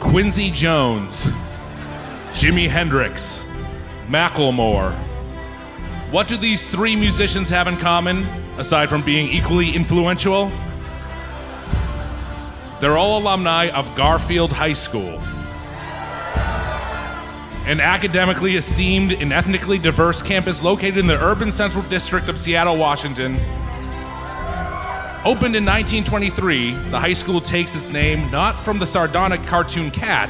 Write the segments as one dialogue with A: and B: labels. A: Quincy Jones, Jimi Hendrix, Macklemore. What do these three musicians have in common, aside from being equally influential? They're all alumni of Garfield High School. An academically esteemed and ethnically diverse campus located in the urban central district of Seattle, Washington, Opened in 1923, the high school takes its name not from the sardonic cartoon cat,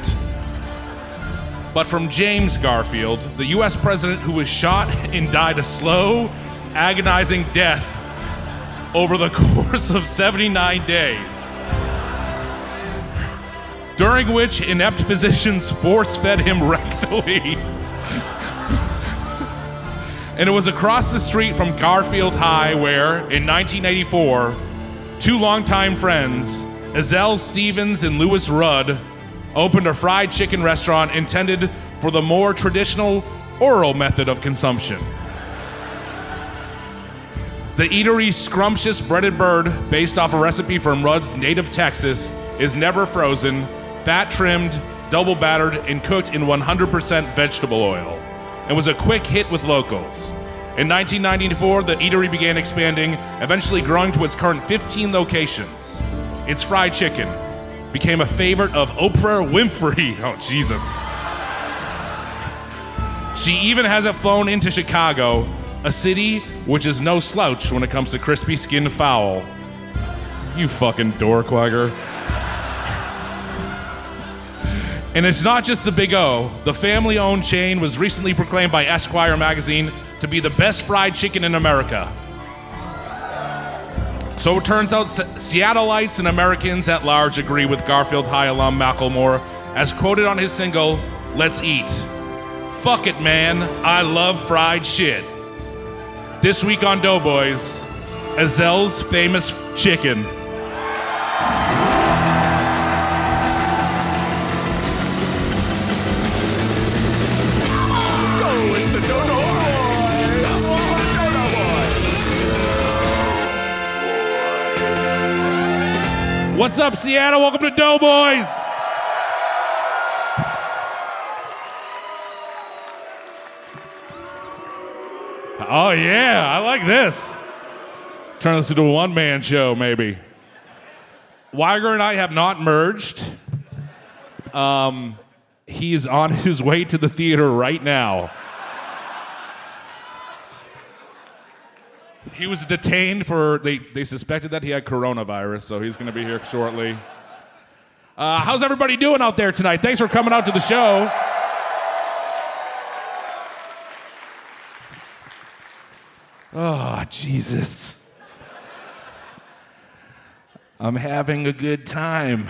A: but from James Garfield, the U.S. president who was shot and died a slow, agonizing death over the course of 79 days. During which inept physicians force fed him rectally. and it was across the street from Garfield High where, in 1984, two longtime friends, Azelle Stevens and Lewis Rudd, opened a fried chicken restaurant intended for the more traditional oral method of consumption. The eatery's scrumptious breaded bird, based off a recipe from Rudd's native Texas, is never frozen, fat trimmed, double battered, and cooked in 100% vegetable oil, and was a quick hit with locals. In 1994, the eatery began expanding, eventually growing to its current 15 locations. Its fried chicken became a favorite of Oprah Winfrey. Oh, Jesus. She even has it flown into Chicago, a city which is no slouch when it comes to crispy skinned fowl. You fucking dork wagger. And it's not just the Big O. The family owned chain was recently proclaimed by Esquire magazine to be the best fried chicken in America. So it turns out Se- Seattleites and Americans at large agree with Garfield High alum Macklemore, as quoted on his single, Let's Eat. Fuck it, man. I love fried shit. This week on Doughboys, Azelle's famous chicken. What's up, Seattle? Welcome to Doughboys. Oh yeah, I like this. Turn this into a one-man show, maybe. Weiger and I have not merged. Um, he is on his way to the theater right now. He was detained for they, they suspected that he had coronavirus, so he's going to be here shortly. Uh, how's everybody doing out there tonight? Thanks for coming out to the show. Oh, Jesus. I'm having a good time.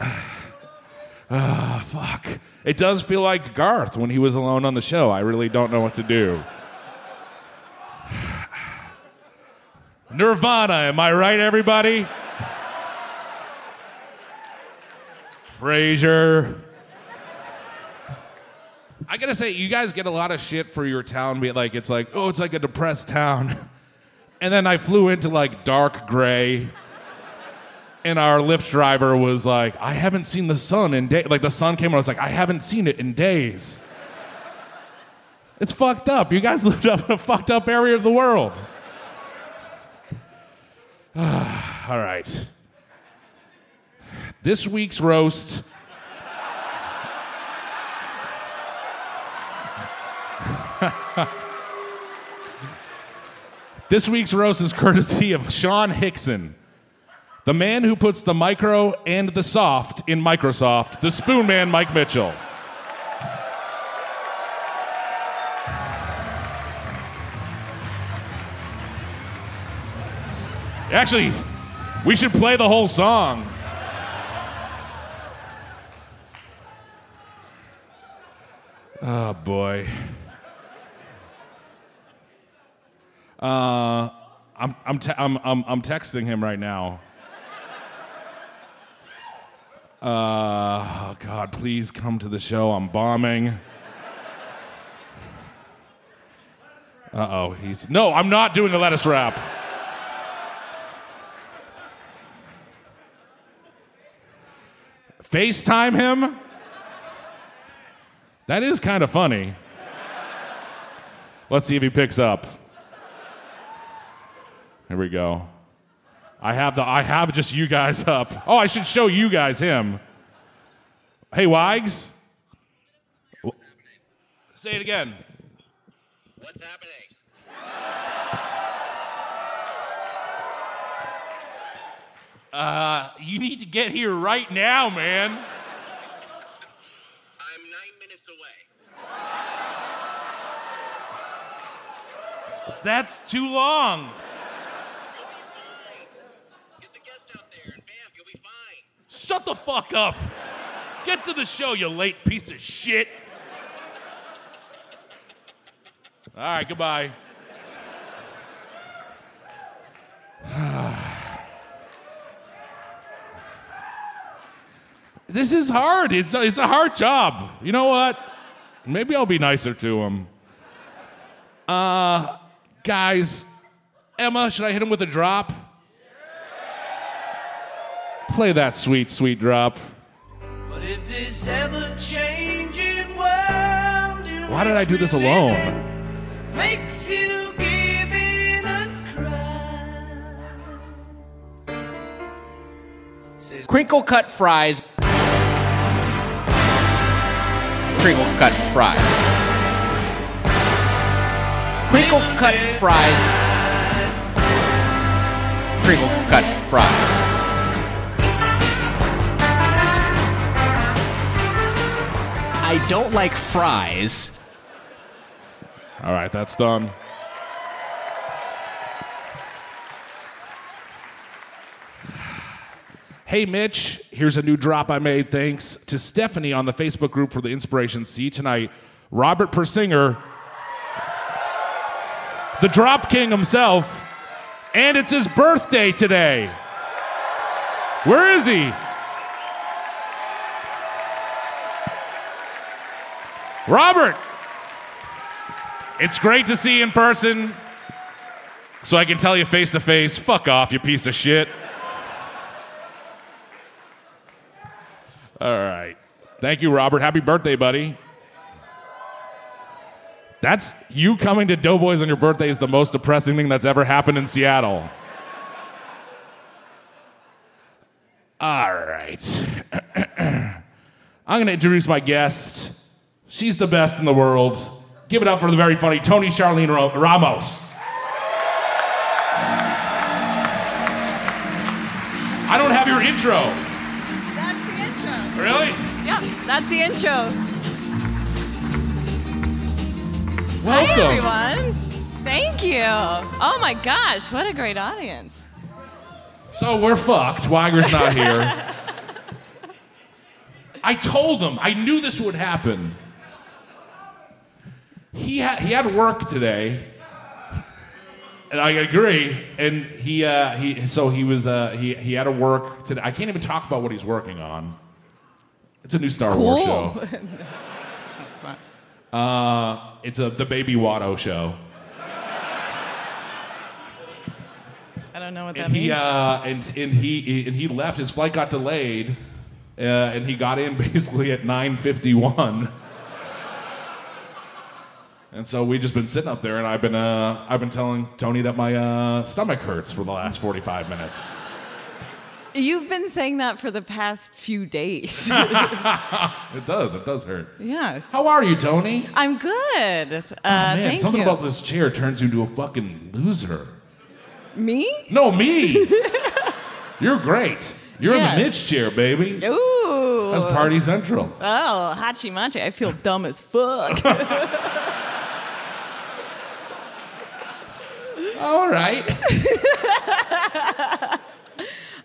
A: Ah, fuck. It does feel like Garth when he was alone on the show. I really don't know what to do. Nirvana, am I right, everybody? Frasier. I gotta say, you guys get a lot of shit for your town. Be like, it's like, oh, it's like a depressed town. And then I flew into like dark gray, and our Lyft driver was like, I haven't seen the sun in days. Like the sun came and I was like, I haven't seen it in days. It's fucked up. You guys lived up in a fucked up area of the world. All right. This week's roast. this week's roast is courtesy of Sean Hickson, the man who puts the micro and the soft in Microsoft, the spoon man, Mike Mitchell. Actually, we should play the whole song. Oh boy. Uh, I'm, I'm, te- I'm, I'm, I'm texting him right now. Uh, oh God, please come to the show. I'm bombing. Uh oh, he's. No, I'm not doing the lettuce wrap. FaceTime him? That is kind of funny. Let's see if he picks up. Here we go. I have the I have just you guys up. Oh, I should show you guys him. Hey Wags. Wh- Say it again.
B: What's happening?
A: You need to get here right now, man.
B: I'm nine minutes away.
A: That's too long.
B: Get the guest out there, and bam, you'll be fine.
A: Shut the fuck up. Get to the show, you late piece of shit. All right, goodbye. this is hard. It's a, it's a hard job. You know what? Maybe I'll be nicer to him. Uh, guys, Emma, should I hit him with a drop? Play that sweet, sweet drop.
C: But if this ever-changing world in
A: Why did
C: which
A: I do
C: we
A: this
C: live
A: alone?
C: in Makes you give in a cry.
D: crinkle cut fries. Crinkle cut fries. Crinkle cut fries. Crinkle cut fries. I don't like fries.
A: All right, that's done. Hey, Mitch, here's a new drop I made thanks to Stephanie on the Facebook group for the Inspiration See tonight. Robert Persinger, the Drop King himself, and it's his birthday today. Where is he? Robert, it's great to see you in person. So I can tell you face to face, fuck off, you piece of shit. All right. Thank you, Robert. Happy birthday, buddy. That's you coming to Doughboys on your birthday is the most depressing thing that's ever happened in Seattle. All right. I'm going to introduce my guest. She's the best in the world. Give it up for the very funny Tony Charlene Ro- Ramos. I don't have your intro.
E: That's the intro.
A: Really?
E: Yep, that's the intro.
A: Welcome.
E: Hi, everyone. Thank you. Oh my gosh, what a great audience.
A: So we're fucked. Weiger's not here. I told him. I knew this would happen. He had he had work today, and I agree. And he uh, he so he was uh, he he had to work today. I can't even talk about what he's working on. It's a new Star Wars show. Uh, it's a the Baby Watto show.
E: I don't don't know what that
A: and he
E: means.
A: uh, and and he and he left. His flight got delayed, uh, and he got in basically at nine fifty one. And so we've just been sitting up there, and I've been uh, I've been telling Tony that my uh, stomach hurts for the last forty five minutes.
E: You've been saying that for the past few days.
A: It does, it does hurt.
E: yeah.
A: How are you, Tony?
E: I'm good. Uh,
A: Oh, Man,
E: thank
A: something
E: you.
A: about this chair turns you into a fucking loser.
E: Me?
A: No, me. You're great. You're
E: Yeah.
A: in the Mitch chair, baby.
E: Ooh.
A: That's party central.
E: Oh, hachi machi. I feel dumb as fuck.
A: All right.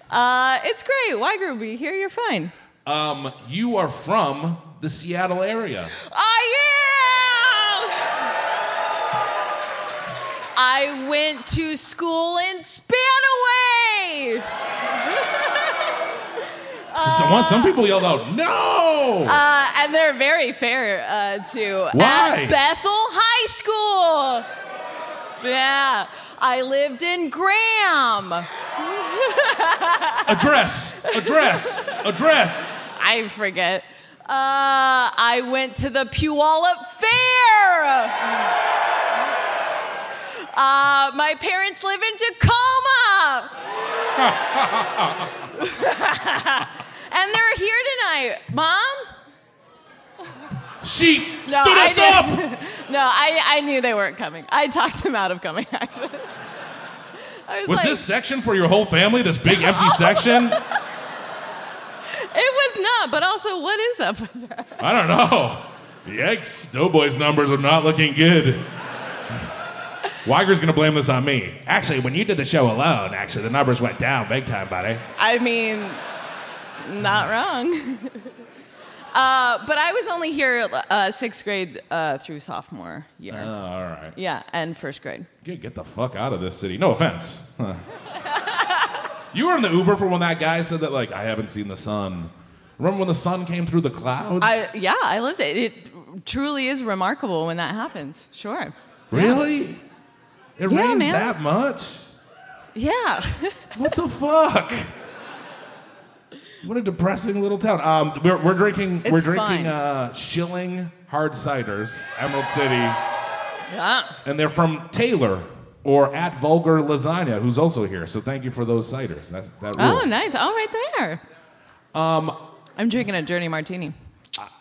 E: uh, it's great. Why Groovy? Here, you're fine.
A: Um, you are from the Seattle area.
E: I am. I went to school in Spanaway.
A: So someone, some people yelled out, "No!"
E: Uh, and they're very fair uh, to
A: Why?
E: at Bethel High School. Yeah, I lived in Graham.
A: address, address, address.
E: I forget. Uh, I went to the Puyallup Fair. Uh, my parents live in Tacoma. and they're here tonight. Mom?
A: She stood us
E: I
A: up.
E: didn't- No, I, I knew they weren't coming. I talked them out of coming, actually. I was,
A: Was
E: like,
A: this section for your whole family? This big empty section?
E: it was not, but also, what is up with that?
A: I don't know. Yikes! Doughboy's numbers are not looking good. Weiger's gonna blame this on me. Actually, when you did the show alone, actually the numbers went down big time, buddy.
E: I mean, not wrong. uh, but I was only here uh, sixth grade uh, through sophomore year.
A: Oh, all right.
E: yeah, and first grade.
A: Get, get the fuck out of this city. No offense. Huh. you were in the Uber for when that guy said that, like, I haven't seen the sun. Remember when the sun came through the clouds?
E: I yeah, I lived it. It truly is remarkable when that happens. Sure.
A: really? It
E: Yeah,
A: rains
E: man.
A: that much?
E: Yeah.
A: What the fuck? What a depressing little town. Um, we're, we're drinking. we're
E: It's
A: drinking
E: fine.
A: uh, Schilling hard ciders, Emerald City,
E: yeah.
A: and they're from Taylor or at Vulgar Lasagna, who's also here. So thank you for those ciders. That's, that
E: Oh,
A: rules.
E: nice. Oh, right there. Um, I'm drinking a Journey Martini.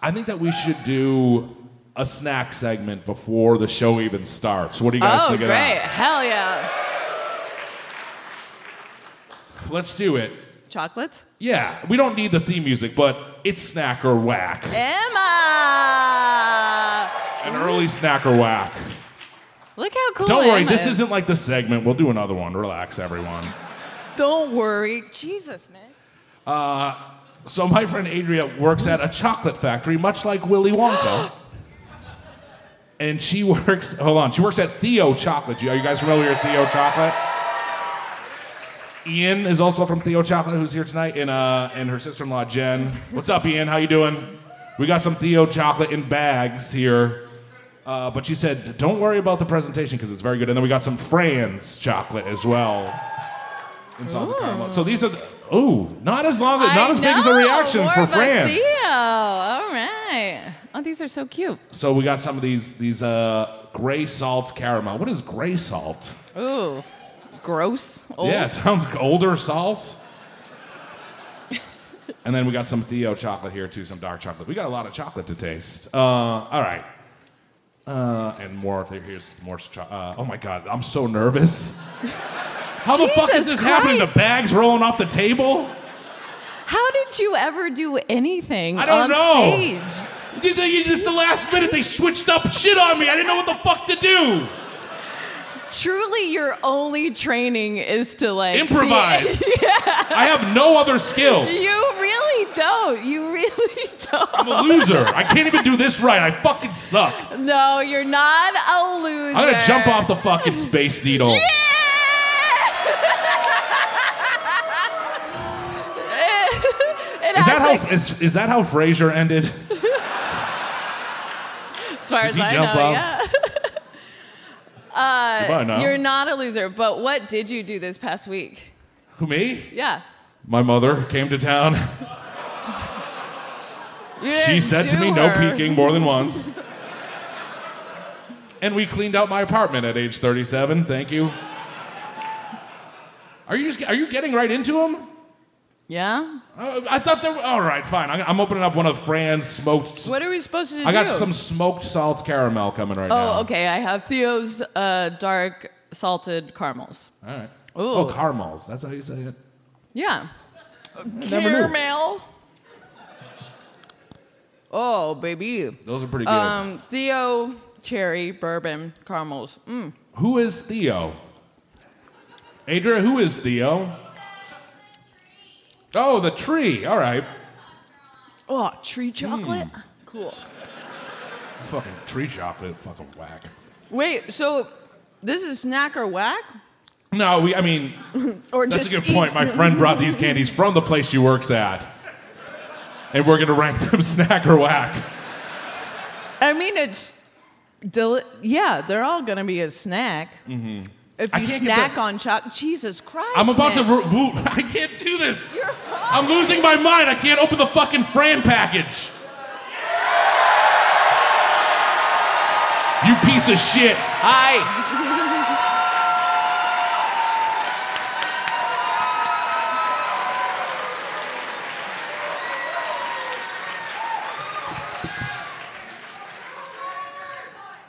A: I think that we should do a snack segment before the show even starts. What do you guys
E: Oh,
A: think
E: great.
A: of that?
E: Hell yeah.
A: Let's do it.
E: Chocolates.
A: Yeah, we don't need the theme music, but it's snack or whack.
E: Emma.
A: An early snack or whack.
E: Look how cool.
A: Don't worry,
E: Emma
A: this
E: is.
A: isn't like the segment. We'll do another one. Relax, everyone.
E: Don't worry. Jesus, man.
A: So my friend Adria works at a chocolate factory, much like Willy Wonka. and she works. Hold on, she works at Theo Chocolate. You- Are you guys familiar with Theo Chocolate? Ian is also from Theo Chocolate, who's here tonight, and uh, and her sister-in-law Jen. What's up, Ian? How you doing? We got some Theo Chocolate in bags here. Uh, but she said, don't worry about the presentation because it's very good. And then we got some Franz chocolate as well. And salted caramel. So these are, the, ooh, not as long, not
E: I
A: as big as a
E: know,
A: reaction
E: more
A: for
E: of a
A: Franz.
E: Theo. All right. Oh, these are so cute.
A: So we got some of these these uh, gray salt caramel. What is gray salt?
E: Ooh, gross. Oh. Old.
A: Yeah, it sounds like older salt. and then we got some Theo chocolate here too, some dark chocolate. We got a lot of chocolate to taste. Uh, all right. Uh, and more. there- Here's more. Cho- uh, oh my god, I'm so nervous. How the fuck is this
E: Jesus
A: happening? The
E: Christ.
A: bags rolling off the table.
E: How did you ever do anything
A: I don't
E: on
A: know.
E: stage?
A: They- they- It's the last minute. They switched up shit on me. I didn't know what the fuck to do.
E: Truly, your only training is to like be-
A: Improvise. I have no other skills.
E: you really don't. You really
A: I'm a
E: don't.
A: loser. I can't even do this right. I fucking suck.
E: No, you're not a loser.
A: I'm gonna jump off the fucking space needle. Is
E: It has
A: that how
E: to-
A: is, is that how Frasier ended?
E: As far as
A: he
E: I
A: jump
E: know,
A: off?
E: yeah.
A: Goodbye now.
E: You're not a loser, but what did you do this past week?
A: Who, me?
E: Yeah.
A: My mother came to town.
E: You
A: She
E: didn't
A: said to
E: do
A: me, no
E: her.
A: peeking more than once. and we cleaned out my apartment at age 37. Thank you. Are you, just, are you getting right into them?
E: Yeah?
A: Uh, I thought they were. All right, fine. I, I'm opening up one of Fran's smoked.
E: What are we supposed to do?
A: I got some smoked salt caramel coming right now.
E: Oh, okay. I have Theo's uh, dark salted caramels.
A: All right.
E: Ooh.
A: Oh, caramels. That's how you say it.
E: Yeah.
A: never knew.
E: Caramel. Oh, baby.
A: Those are pretty good.
E: Um, Theo, cherry, bourbon, caramels. Mm.
A: who is Theo? Adria, who is Theo? Oh, the tree. All right.
E: Oh, tree chocolate? Cool.
A: Fucking tree chocolate. Fucking whack.
E: Wait, so this is snack or whack?
A: No, we. I mean,
E: Or
A: that's a
E: just
A: good
E: eat-
A: point. My friend brought these candies from the place she works at, and we're gonna rank them snack or whack.
E: I mean, it's. Deli- yeah, they're all going to be a snack. Mm-hmm. If
A: I
E: you
A: can't get
E: snack
A: the-
E: on chocolate, Jesus Christ.
A: I'm about to.
E: man.
A: Ro- woo- I can't do this.
E: You're fine.
A: I'm losing my mind. I can't open the fucking Fran package. You piece of shit.
D: Hi.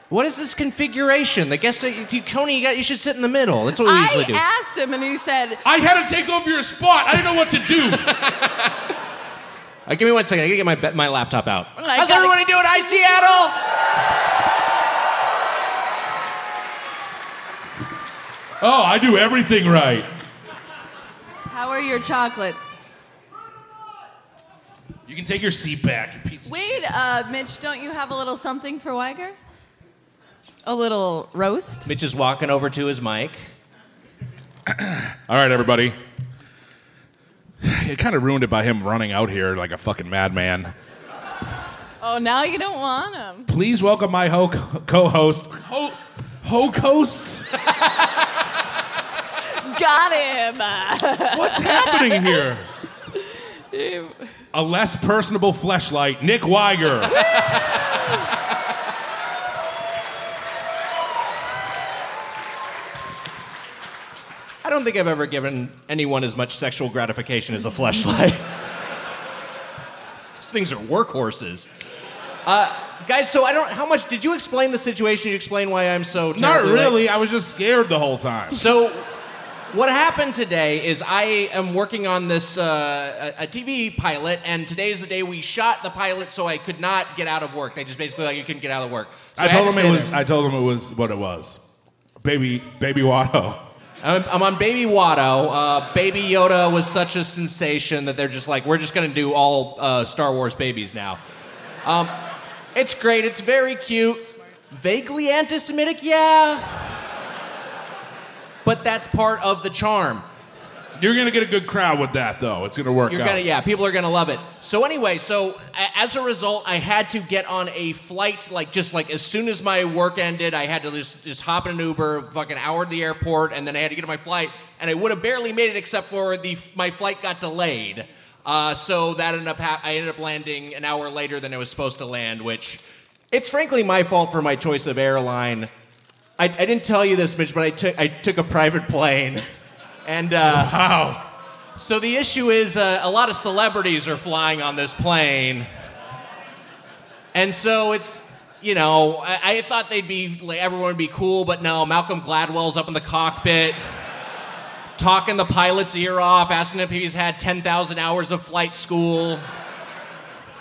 D: What is this configuration? The guest, you, Tony, you, got, you should sit in the middle. That's what we usually
E: I
D: do.
E: asked him, and he said,
A: I had to take over your spot. I didn't know what to do.
D: Uh, give me one second. I gotta get my be- my laptop out.
E: I
D: How's
E: gotta-
D: everybody doing? Hi, Seattle.
A: Oh, I do everything right.
E: "How are your chocolates?"
A: You can take your seat back, you piece of shit.
E: Wait, uh, Mitch, don't you have a little something for Weiger? A little roast?
D: Mitch is walking over to his mic.
A: All right, everybody. It kind of ruined it by him running out here like a fucking madman.
E: Oh, now you don't want them.
A: Please welcome my ho- co-host. Ho- ho-coast?
E: Got
A: What's happening here?
E: him.
A: A less personable fleshlight, Nick Weiger.
D: I don't think I've ever given anyone as much sexual gratification as a fleshlight. These things are workhorses. Uh, guys, so I don't. How much did you explain the situation? You explain why I'm so
A: Not
D: terribly late?
A: really. I was just scared the whole time.
D: So, what happened today is I am working on this uh, a, a TV pilot, and today is the day we shot the pilot, so I could not get out of work. They just basically like you couldn't get out of work. So
A: I
D: had
A: told
D: to
A: him it
D: stay
A: was.
D: there.
A: I told him it was what it was. Baby, baby Watto.
D: I'm, I'm on Baby Watto. Uh, Baby Yoda was such a sensation that they're just like, we're just going to do all uh, Star Wars babies now. Um, it's great. It's very cute. Vaguely anti Semitic, yeah. But that's part of the charm.
A: You're gonna get a good crowd with that, though. It's gonna work
D: You're
A: out.
D: gonna, yeah, people are gonna love it. So anyway, so a- as a result, I had to get on a flight, like just like as soon as my work ended, I had to just just hop in an Uber, fucking hour to the airport, and then I had to get to my flight, and I would have barely made it except for the my flight got delayed. Uh, so that ended up hap I ended up landing an hour later than I was supposed to land, which it's frankly my fault for my choice of airline. I, I didn't tell you this, Mitch, but I took I took a private plane, and uh, wow. So the issue is uh, a lot of celebrities are flying on this plane. And so it's, you know, I, I thought they'd be, like, everyone would be cool, but no, Malcolm Gladwell's up in the cockpit, talking the pilot's ear off, asking if he's had 10,000 hours of flight school.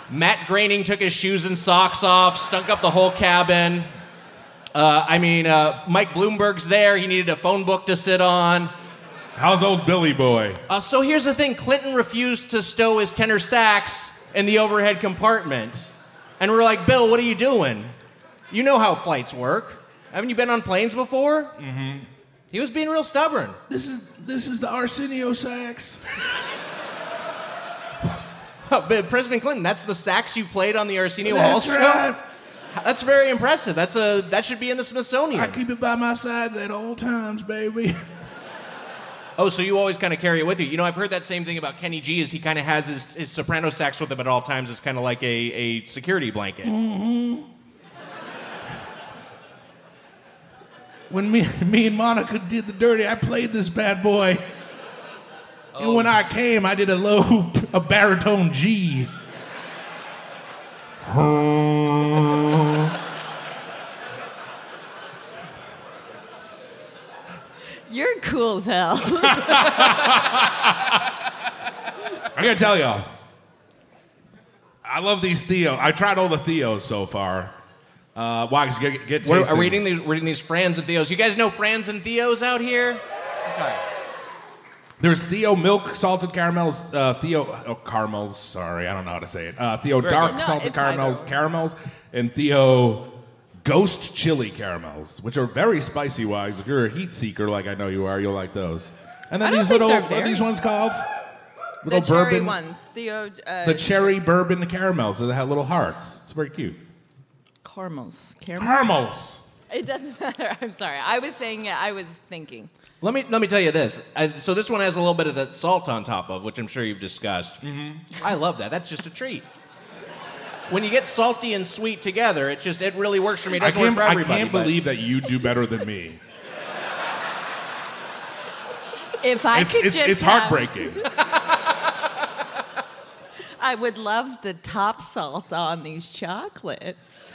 D: Matt Groening took his shoes and socks off, stunk up the whole cabin. Uh, I mean, uh, Mike Bloomberg's there. He needed a phone book to sit on.
A: How's old Billy boy?
D: Uh, so here's the thing Clinton refused to stow his tenor sax in the overhead compartment. And we're like, Bill, what are you doing? You know how flights work. Haven't you been on planes before? Mm-hmm. He was being real stubborn.
A: This is this is the Arsenio sax.
D: But President Clinton, that's the sax you played on the Arsenio Hall show? That's very impressive. That's a that should be in the Smithsonian.
F: I keep it by my sides at all times, baby.
D: Oh, so you always kind of carry it with you. You know, I've heard that same thing about Kenny G. Is he kind of has his, his soprano sax with him at all times? It's kind of like a, a security blanket.
F: When me, me and Monica did the dirty, I played this bad boy. And
D: Oh.
F: when I came, I did a low, a baritone G.
E: You're cool as hell.
A: I gotta tell y'all,
F: I love these Theo.
A: I tried all the Theos so far. Uh, why? 'Cause get, get
D: We're,
A: tasty.
D: are reading these reading these Frans and Theos. You guys know Frans and Theos out here?
A: There's Theo milk salted caramels, uh, Theo oh, caramels. Sorry, I don't know how to say it. Uh, Theo dark
E: good. No,
A: salted
E: it's
A: caramels,
E: either.
A: caramels, and Theo ghost chili caramels, which are very spicy. Wise, if you're a heat seeker like I know you are, you'll like those. And
E: I
A: then
E: don't
A: these
E: think
A: little
E: they're
A: what are
E: very
A: these ones called?
E: the
A: Little
E: cherry
A: bourbon-
E: ones. The, uh,
A: The cherry bourbon caramels that have little hearts. It's very cute.
E: caramels. Caramel.
A: Caramels.
E: It doesn't matter. I'm sorry. I was saying it. I was thinking.
D: Let me let me tell you this. I, so this one has a little bit of that salt on top of, which I'm sure you've discussed. Mm-hmm. I love that. That's just a treat. When you get salty and sweet together, it just it really works for me. It
A: I
D: doesn't work
A: can't,
D: for
A: I
D: everybody.
A: can't
D: but-
A: believe that you do better than me.
E: If I
A: it's
E: could
A: it's,
E: just
A: it's
E: have-
A: heartbreaking.
E: I would love the top salt on these chocolates.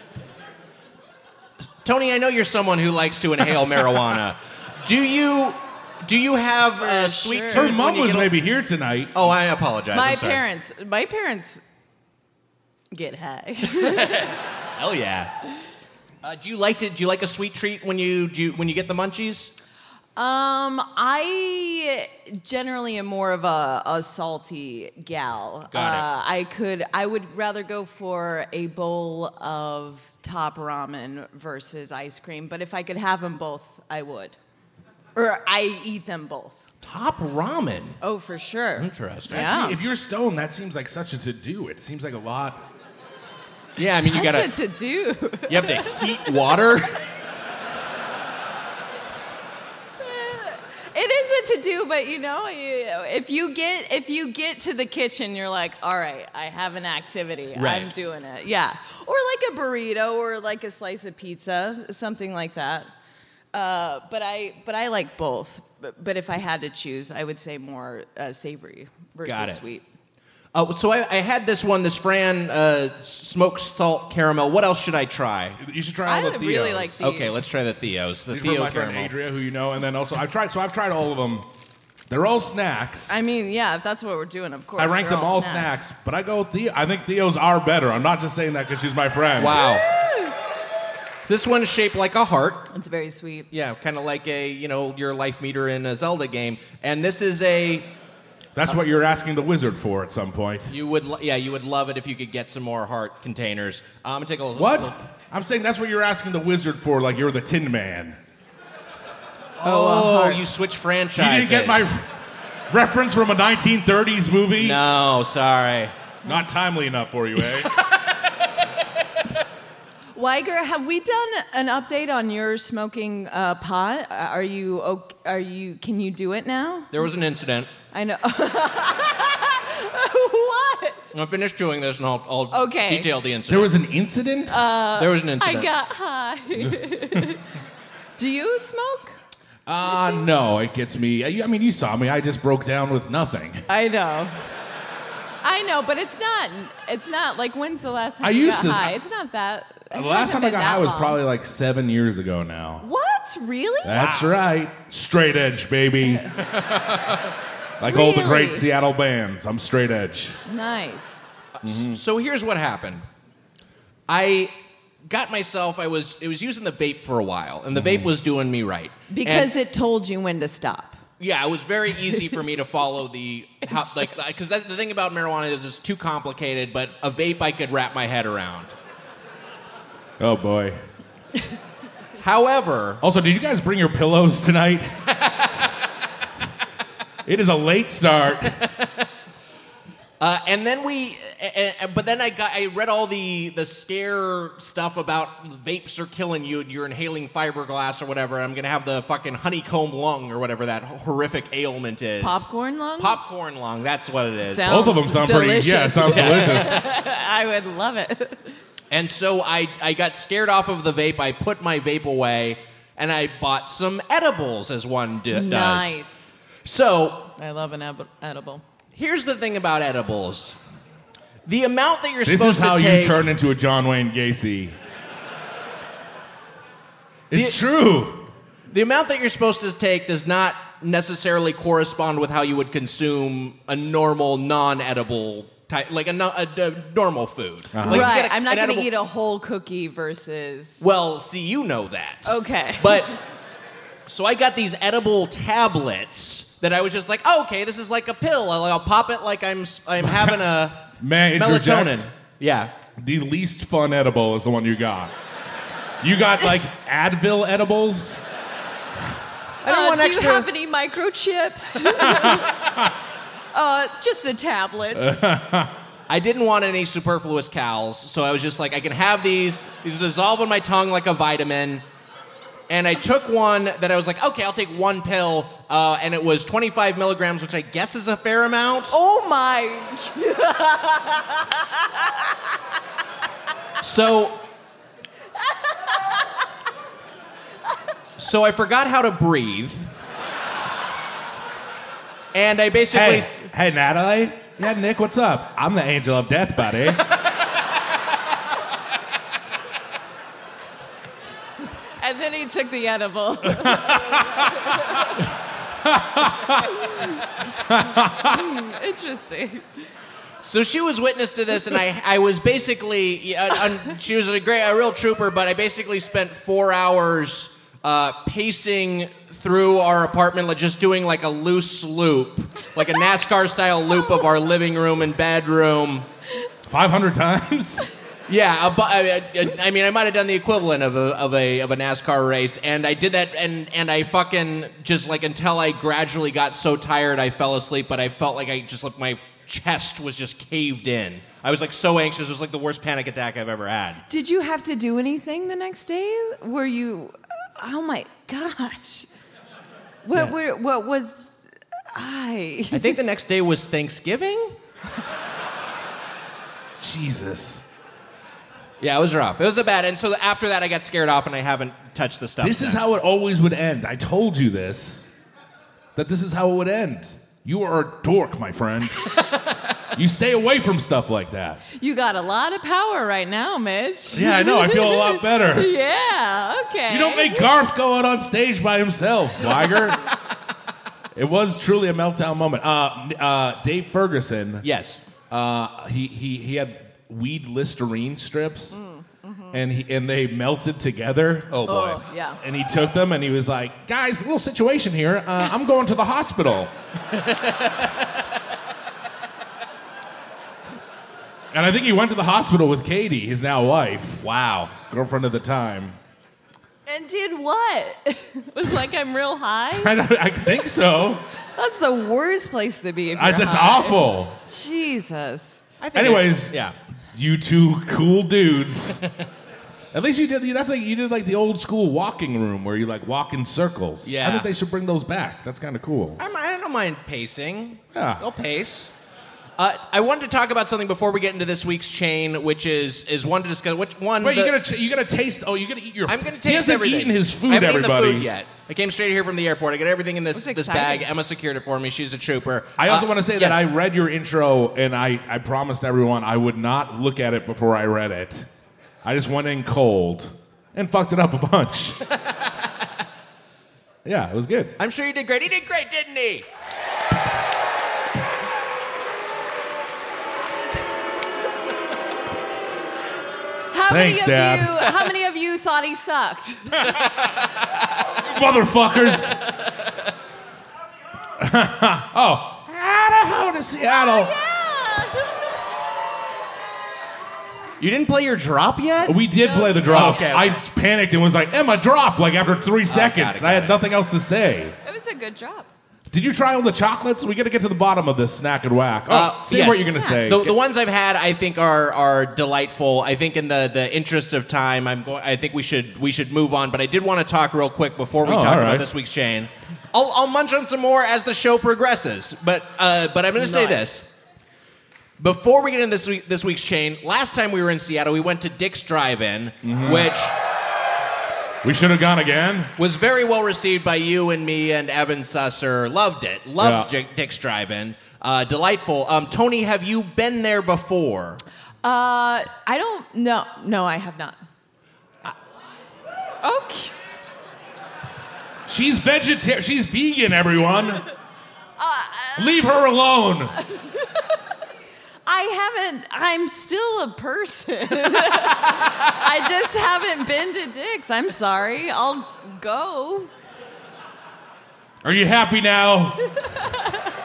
D: Tony, I know you're someone who likes to inhale marijuana. Do you do you have a
E: For
D: sweet
E: sure.
D: tooth?
E: Her
A: Her
D: when
A: mom
D: you
A: was
D: get a-
A: maybe here tonight.
D: Oh, I apologize.
E: my
D: I'm sorry.
E: parents. My parents get high.
D: Hell yeah. Uh, do you like to? Do you like a sweet treat when you do you, when you get the munchies?
E: Um, I generally am more of a, a salty gal.
D: Got it.
E: Uh, I could, I would rather go for a bowl of top ramen versus ice cream. But if I could have them both, I would. Or I eat them both.
D: Top ramen.
E: Oh, for sure.
D: Interesting.
E: Yeah.
A: See, if you're stoned, that seems like such a to do. It seems like a lot.
D: Yeah, I mean you gotta
E: to do.
D: you have to heat water.
E: It is a to do, but you know, you- if you get if you get to the kitchen, you're like, all right, I have an activity. I'm
D: Right.
E: doing it. Yeah, or like a burrito, or like a slice of pizza, something like that. Uh, but I but I like both. But, but if I had to choose, I would say more uh, savory versus
D: Got it.
E: sweet.
D: Uh, so I, I had this one, this Fran uh, smoked salt caramel. What else should I try?
A: You should try all
E: I
A: the Theos.
E: really like these.
D: Okay, let's try the Theos. The
A: These were
D: Theo
A: my friend
D: caramel.
A: Adria, who you know, and then also I've tried. So I've tried all of them. They're all snacks.
E: I mean, yeah, if that's what we're doing, of course.
A: I rank
E: they're
A: them all snacks. but I go with Theo. I think Theos are better. I'm not just saying that because she's my friend.
D: Wow. This one's shaped like a heart.
E: It's very sweet.
D: Yeah, kind of like a you know your life meter in a Zelda game, and this is a
A: That's what you're asking the wizard for at some point.
D: you would lo- yeah you would love it if you could get some more heart containers. Uh, I'm gonna take a little.
A: What? I'm saying that's what you're asking the wizard for. Like you're the Tin Man.
D: Oh, you switch
A: You
D: franchises.
A: didn't get my reference from a 1930s movie.
D: No, sorry.
A: Not timely enough for you, eh?
E: Weiger, have we done an update on your smoking uh, pot? Uh, Are you ok- are you can you do it now?
D: There was an incident.
E: I know. what?
D: I'll finish chewing this and I'll, I'll
E: Okay.
D: detail the incident.
A: there was an incident.
E: Uh,
D: there was an
E: I
D: incident.
E: got high. do you smoke?
A: Ah, no, it gets me. I I mean, you saw me. I just broke down with nothing.
E: I know. I know, but it's not. It's not like when's the last time
A: I
E: you
A: used
E: got
A: to-
E: high? It's not that. it
A: the last time
E: hasn't
A: I
E: been
A: got
E: that
A: high was
E: long.
A: probably like seven years ago now.
E: What? Really?
A: That's right. Straight edge, baby. like all the
E: Really?
A: great Seattle bands, I'm straight edge.
E: Nice.
A: Mm-hmm.
D: So here's what happened. I got myself. I was it was using the vape for a while, and the
A: Mm-hmm.
D: vape was doing me right
E: Because
D: And-
E: it told you when to stop.
D: Yeah, it was very easy for me to follow the how, like because the thing about marijuana is it's too complicated, but a vape I could wrap my head around.
A: Oh boy.
D: However,
A: Also, did you guys bring your pillows tonight? it is a late start.
D: Uh, and then we, a- a- but then I got, I read all the the scare stuff about vapes are killing you and you're inhaling fiberglass or whatever. And I'm gonna have the fucking honeycomb lung or whatever that horrific ailment is.
E: Popcorn lung?
D: Popcorn lung. That's what it is.
E: Sounds
G: Both of them sound pretty. Yeah, it
E: delicious.
G: sounds delicious.
E: I would love it.
D: And so I, I got scared off of the vape. I put my vape away and I bought some edibles as one d- does.
E: nice.
D: So
E: I love an edi- edible.
D: here's the thing about edibles the amount that you're
G: This
D: supposed
G: is how
D: to
G: you
D: take.
G: turn into a John Wayne Gacy. It's true.
D: The amount that you're supposed to take does not necessarily correspond with how you would consume a normal non-edible type, like a, no- a, a normal food. Like, you
E: right.
D: get a-
E: I'm not
D: an
E: going to
D: edible-
E: eat a whole cookie versus.
D: Well, see, you know that.
E: Okay.
D: But so I got these edible tablets that I was just like, oh, okay, this is like a pill. I'll, I'll pop it like I'm s- I'm having a
G: May I interject?
D: melatonin. Yeah.
G: The least fun edible is the one you got. You got like Advil edibles.
D: I don't
E: Uh,
D: want
E: do
D: extra.
E: you have any microchips? uh, just the tablets.
D: I didn't want any superfluous cals, so I was just like, I can have these. These dissolve on my tongue like a vitamin. And I took one that I was like, okay, I'll take one pill, uh, and it was 25 milligrams, which I guess is a fair amount.
E: oh my!
D: So. so I forgot how to breathe. And I basically.
A: Hey, hey, Natalie. Yeah, Nick, what's up?
G: I'm the angel of death, buddy.
E: And then he took the edible. Hmm, Interesting.
D: So she was witness to this, and I, I was basically, uh, un- she was a great, a real trooper, but I basically spent four hours uh, pacing through our apartment, like just doing like a loose loop, like a NASCAR style loop of our living room and bedroom.
G: 500 times?
D: Yeah, a bu- I- I- I mean, I might have done the equivalent of a, of a of a NASCAR race, and I did that, and and I fucking just like until I gradually got so tired I fell asleep, but I felt like I just like my chest was just caved in. I was like so anxious. It was like the worst panic attack I've ever had.
E: Did you have to do anything the next day? Were you? Oh my gosh! What were? What was? I.
D: I think the next day was Thanksgiving.
A: Jesus.
D: Yeah, it was rough. It was a bad. And so after that, I got scared off, and I haven't touched the stuff.
A: This is
D: since.
A: how it always would end. I told you this. That this is how it would end. You are a dork, my friend. you stay away from stuff like that.
E: You got a lot of power right now, Mitch.
A: Yeah, I know. I feel a lot better.
E: Yeah. Okay.
A: You don't make Garth go out on stage by himself, Weiger. it was truly a meltdown moment. Uh, uh, Dave Ferguson,
D: Yes.
A: uh, he, he, he had weed Listerine strips, and, he, and they melted together.
D: Oh boy.
E: Yeah.
A: And he took them and he was like, guys, little situation here. Uh, I'm going to the hospital. and I think he went to the hospital with Katie, his now wife. Wow. Girlfriend at the time.
E: And did what? was like I'm real high.
A: I, I think so.
E: That's the worst place to be. If
A: I,
E: you're
A: that's
E: high.
A: awful.
E: Jesus.
A: Anyways,
D: Yeah.
A: you two cool dudes. At least you did. That's like you did like the old school walking room where you like walk in circles.
D: Yeah.
A: I think they should bring those back. That's kind of cool.
D: I'm, I don't mind pacing.
A: Yeah.
D: I'll pace. Uh, I wanted to talk about something before we get into this week's chain, which is is one to discuss. Which one?
A: Wait,
D: the-
A: you gotta ch- you gotta taste. Oh, you gotta eat your.
D: I'm
A: f-
D: going to
A: He
D: taste
A: hasn't
D: everything.
A: eaten his
D: I
A: food,
D: haven't
A: everybody.
D: Eaten the food yet. I came straight here from the airport. I got everything in this
E: That's
D: this
E: exciting.
D: bag. Emma secured it for me. She's a trooper.
A: I also
D: Uh,
A: want to say
D: yes.
A: that I read your intro and I, I promised everyone I would not look at it before I read it. I just went in cold and fucked it up a bunch. yeah, it was good.
D: I'm sure you did great. He did great, didn't he?
E: How
A: Thanks,
E: many of
A: Dad.
E: you? How many of you thought he sucked?
A: Motherfuckers. oh. Idaho to Seattle.
D: You didn't play your drop yet.
A: We did play the drop.
D: Okay. Oh,
A: I panicked and was like, Emma dropped like after three
D: got it,
A: seconds.
D: got
A: I had
D: it.
A: nothing else to say.
E: It was a good job.
F: Did you try all the chocolates? We got to get to the bottom of this snack and whack. Oh,
D: Uh,
F: see
D: yes.
F: what you're going to say.
D: The, the ones I've had, I think, are are delightful. I think, in the, the interest of time, I'm going. I think we should we should move on. But I did want to talk real quick before we
F: Oh,
D: talk
F: all
D: about
F: right.
D: this week's Shane. I'll, I'll munch on some more as the show progresses. But uh, but I'm going to say
E: Nice.
D: this. Before we get into this week, this week's Shane, last time we were in Seattle, we went to Dick's Drive-In,
F: Mm-hmm.
D: which
A: We should have gone again.
D: was very well received by you and me and Evan Susser. Loved it. Loved
A: Yeah.
D: Dick- Dick's Drive-In. Uh, delightful. Um, Tony, have you been there before?
E: Uh, I don't. No, no, I have not. Okay.
A: She's vegetarian. She's vegan, everyone. Leave her alone.
E: I haven't. I'm still a person. I just haven't been to Dick's. I'm sorry. I'll go.
A: Are you happy now?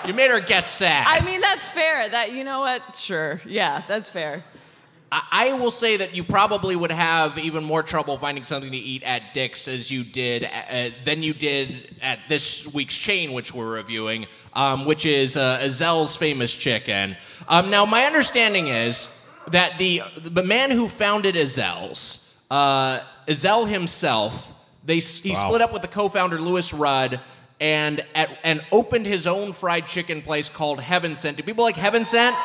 D: You made our guest sad.
E: I
D: I,
E: mean, that's fair. That you know what? Sure. Yeah, that's fair.
D: I will say that you probably would have even more trouble finding something to eat at Dick's as you did uh, than you did at this week's chain, which we're reviewing, um, which is uh, Azel's famous chicken. Um, now, my understanding is that the the man who founded Azel's, uh, Azel himself, they s- he split up with the co-founder Lewis Rudd. And at, and opened his own fried chicken place called Heaven Sent. Do people like Heaven Sent?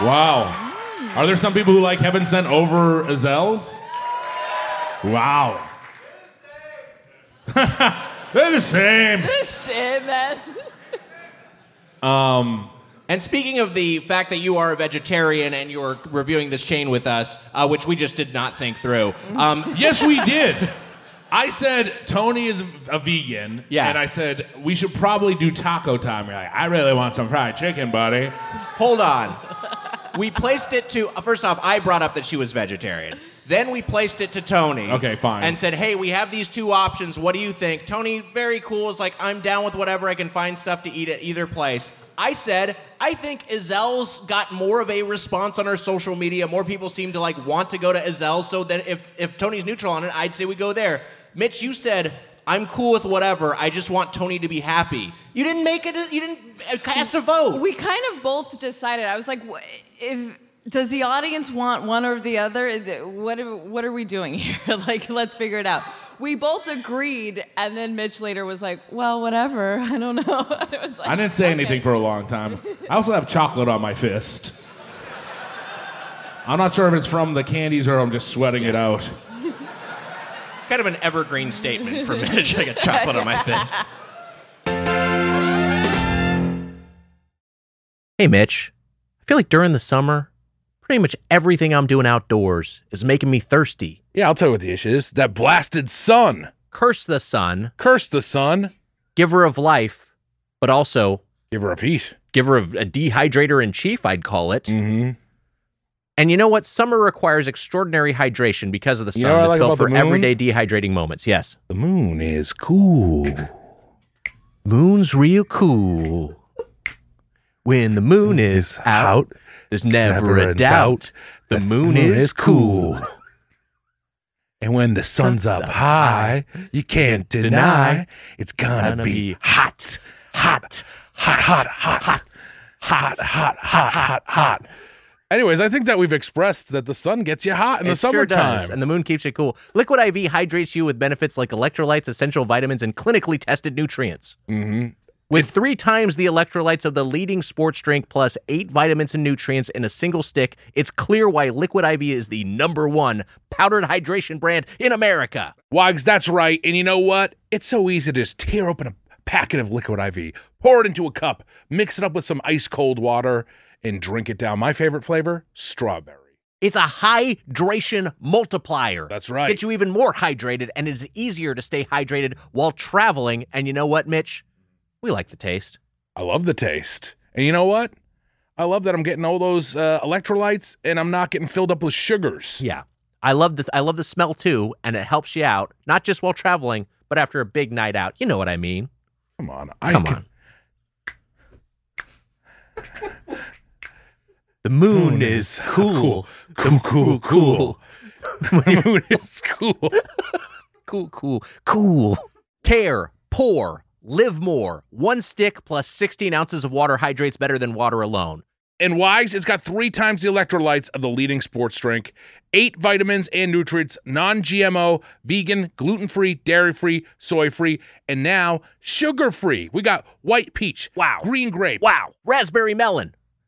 A: Wow. Are there some people who like Heaven Sent over Azels? Wow. They're the same.
E: This shit, man.
D: And speaking of the fact that you are a vegetarian and you're reviewing this chain with us, uh, which we just did not think through, um,
A: Yes, we did. I said Tony is a vegan.
D: Yeah.
A: And I said we should probably do taco time. You're like, I really want some fried chicken, buddy.
D: hold on. We placed it to, uh, first off, I brought up that she was vegetarian. Then we placed it to Tony.
A: Okay, fine.
D: And said, hey, we have these two options. What do you think? Tony, very cool, is like, I'm down with whatever. I can find stuff to eat at either place. I said, I think Azel's got more of a response on her social media. More people seem to like want to go to Azel's. So then if, if Tony's neutral on it, I'd say we go there. Mitch, you said, I'm cool with whatever. I just want Tony to be happy. You didn't make it, you didn't uh, cast a vote.
E: We kind of both decided. I was like, wh- if does the audience want one or the other? Is it- What are, what are we doing here? like, let's figure it out. We both agreed, and then Mitch later was like, "Well, whatever. I don't know." I was like,
F: I didn't say anything for a long time. I also have chocolate on my fist. I'm not sure if it's from the candies or I'm just sweating it out.
D: Kind of an evergreen statement from Mitch. I got chocolate on my fist.
H: Hey, Mitch. I feel like during the summer, pretty much everything I'm doing outdoors is making me thirsty.
I: Yeah, I'll tell you what the issue is. That blasted sun.
H: Curse the sun,
I: Curse the sun.
H: giver of life, but also
I: Give her a heat.
H: giver of a dehydrator in chief, I'd call it. Mm-hmm. And you know what? Summer requires extraordinary hydration because of the sun
I: You know what I
H: that's
I: like
H: built
I: about
H: for
I: the moon?
H: everyday dehydrating moments. Yes.
I: The moon is cool.
H: Moon's real cool. When the moon is out, there's
I: it's
H: never, a, doubt. The moon, is cool.
I: And when the sun's, up, high, you can't
H: deny
I: deny it's gonna,
H: gonna
I: be,
H: be
I: hot, hot, hot, hot, hot, hot, hot, hot, hot, hot, hot. Anyways, I think that we've expressed that the sun gets you hot in the
H: It sure
I: summertime.
H: does, and the moon keeps you cool. Liquid IV hydrates you with benefits like electrolytes, essential vitamins, and clinically tested nutrients. Mm-hmm. With three times the electrolytes of the leading sports drink, plus eight vitamins and nutrients in a single stick, it's clear why Liquid IV is the number one powdered hydration brand in America.
I: Wags, that's right. And you know what? It's so easy to just tear open a packet of liquid IV, pour it into a cup, mix it up with some ice cold water, and drink it down. My favorite flavor, strawberry.
H: It's a hydration multiplier.
I: That's right.
H: Gets you even more hydrated, and it's easier to stay hydrated while traveling. And you know what, Mitch? We like the taste.
I: I love the taste. And you know what? I love that I'm getting all those uh, electrolytes and I'm not getting filled up with sugars.
H: Yeah. I love the I love the smell too, and it helps you out, not just while traveling, but after a big night out. You know what I mean.
I: Come on. I
H: Come
I: can-
H: on. The moon, is cool.
I: Cool, cool, cool. The moon is cool.
H: Cool, cool, cool. Tear, pour,
D: Live More. One stick plus 16 ounces of water hydrates better than water alone.
A: And Wise, it's got three times the electrolytes of the leading sports drink, eight vitamins and nutrients, non GMO, vegan, gluten free, dairy free, soy free, and now sugar free. We got white peach,
D: Wow.
A: green grape.
D: Wow. Raspberry melon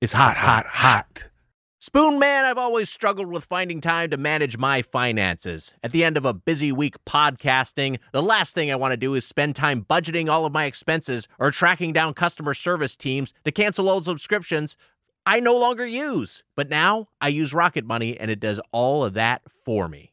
D: is hot, hot, hot. Spoon Man, I've always struggled with finding time to manage my finances. At the end of a busy week podcasting, the last thing I want to do is spend time budgeting all of my expenses or tracking down customer service teams to cancel old subscriptions I no longer use. But now I use Rocket Money and it does all of that for me.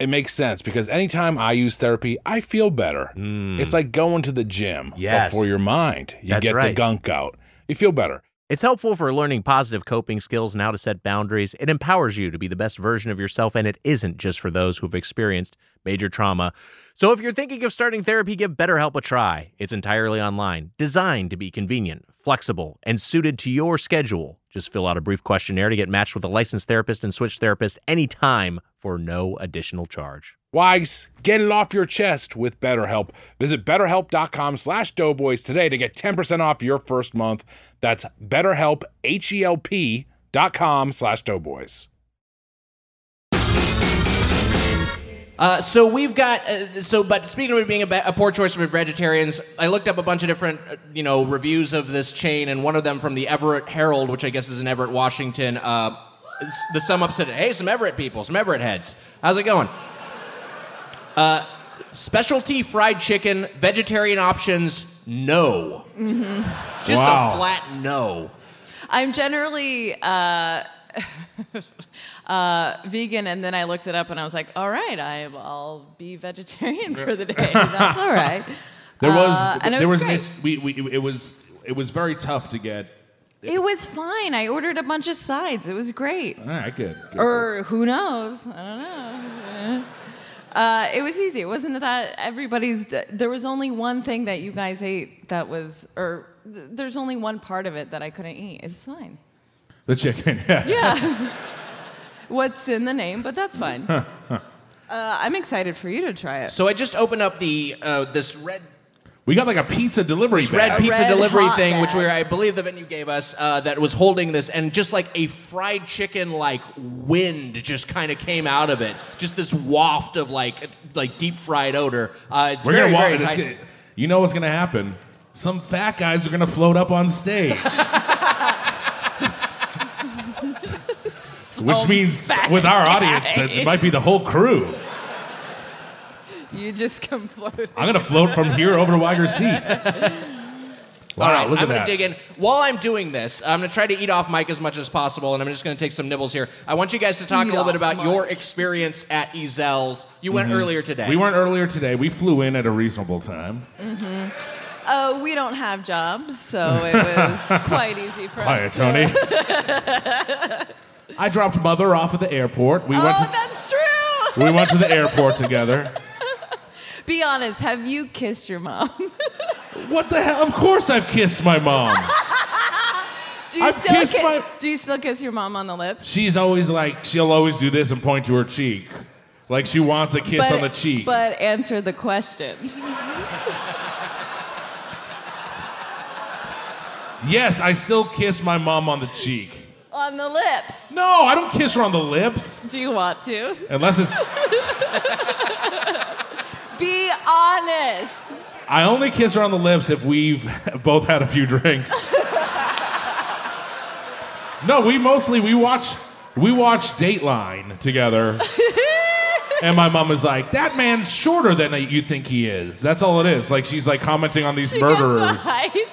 A: It makes sense because anytime I use therapy, I feel better. It's like going to the gym
D: Hmm. Yes.
A: but for your mind. You
D: That's
A: get the
D: right.
A: gunk out. You feel better.
D: It's helpful for learning positive coping skills and how to set boundaries. It empowers you to be the best version of yourself, and it isn't just for those who've experienced major trauma. So, if you're thinking of starting therapy, give BetterHelp a try. It's entirely online, designed to be convenient, flexible, and suited to your schedule. Just fill out a brief questionnaire to get matched with a licensed therapist and switch therapist anytime for no additional charge.
A: Wags, get it off your chest with BetterHelp. Visit betterhelp.com slash doughboys today to get 10% off your first month. That's betterhelp, H-E-L-P dot com slash doughboys.
J: Uh, so we've got uh, so, but speaking of it being a, ba- a poor choice for vegetarians, I looked up a bunch of different uh, you know reviews of this chain, and one of them from the Everett Herald, which I guess is in Everett, Washington. Uh, s- the sum up said, "Hey, some Everett people, some Everett heads, how's it going?" Uh, specialty fried chicken, vegetarian options, no. Just
A: Wow.
J: a flat no.
E: I'm generally uh, uh, vegan, and then I looked it up, and I was like, "All right, I, I'll be vegetarian for the day. That's all right."
K: There was
E: Uh, and it
K: there was
E: was
K: an
E: great.
K: issue- we, we, it was it was very tough to get.
E: It was fine. I ordered a bunch of sides. It was great.
K: All right, good. good.
E: Or who knows? I don't know. Uh, it was easy. It wasn't that everybody's. There was only one thing that you guys ate that was, or th- there's only one part of it that I couldn't eat. It's fine.
K: the chicken, yes.
E: What's in the name, but that's fine. uh, I'm excited for you to try it.
J: So I just opened up the uh, this red.
A: We got like a pizza delivery
J: this red
A: bag.
J: pizza
E: red
J: delivery
E: hot
J: thing,
E: bag.
J: which we were, I believe the venue gave us, uh, that was holding this, and just like a fried chicken, like wind just kind of came out of it, just this waft of like like deep fried odor. Uh, it's
A: We're
J: very
A: gonna walk.
J: very
A: it's
J: enticing.
A: gonna- you know what's gonna happen? Some fat guys are gonna float up on stage. Which means with our audience, that it might be the whole crew.
E: You just come floating.
A: I'm gonna float from here over to Weiger's seat. Wow,
J: All right,
A: look
J: I'm
A: at
J: gonna
A: that.
J: dig in. While I'm doing this, I'm gonna try to eat off Mike as much as possible, and I'm just gonna take some nibbles here. I want you guys to talk
E: Eat
J: a little bit
E: off
J: about
E: Mike.
J: your experience at Ezel's. You went earlier today.
A: Mm-hmm. We weren't earlier today. We flew in at a reasonable time.
E: Uh, we don't have jobs, so it was quite easy for
A: Hiya,
E: us.
A: Tony. I dropped mother off at the airport. We
E: To...
A: went
E: Oh,
A: to,
E: that's true.
A: we went to the airport together.
E: Be honest. Have you kissed your mom?
A: What the hell? Of course I've kissed my mom.
E: Do you
A: I've
E: still
A: kissed
E: ki-
A: my-
E: Do you still kiss your mom on the lips?
A: She's always like she'll always do this and point to her cheek. Like she wants a kiss
E: but,
A: on the cheek.
E: But answer the question.
A: yes, I still kiss my mom on the cheek.
E: On the lips.
A: No, I don't kiss her on the lips
E: Do you want to?
A: unless it's
E: Be honest.
A: I only kiss her on the lips if we've both had a few drinks. no, we mostly we watch we watch Dateline together. and my mom is like, "That man's shorter than you think he is." That's all it is. Like she's like commenting on these
E: She gets
A: murderers.
E: the height.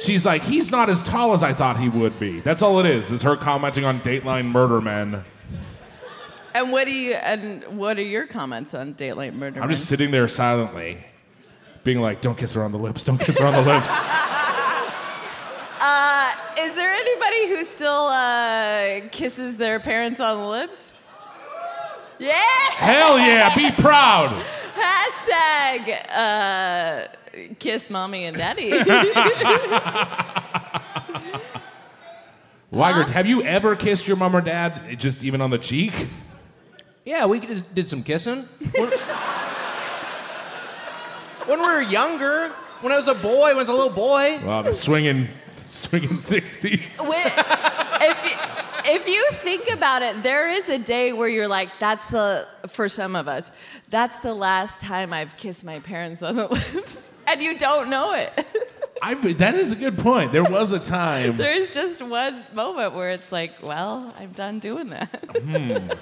A: She's like, "He's not as tall as I thought he would be." That's all it is. Is her commenting on Dateline murder men.
E: And what do you? And what are your comments on Dateline Murder?
A: I'm just sitting there silently, being like, "Don't kiss her on the lips. Don't kiss her on the lips."
E: Is there anybody who still uh, kisses their parents on the lips? Yeah.
A: Hell yeah, be proud.
E: Hashtag uh, kiss mommy and daddy.
A: Weigert, have you ever kissed your mom or dad just even on the cheek?
J: Yeah, we just did some kissing. when we were younger, when I was a boy, when I was a little boy.
A: Wow, the swinging, swinging 60s.
E: When- if, you, if you think about it, there is a day where you're like, that's the, for some of us, that's the last time I've kissed my parents on the lips. And you don't know it.
A: I've, that is a good point. There was a time.
E: There's just one moment where it's like, well, I'm done doing that.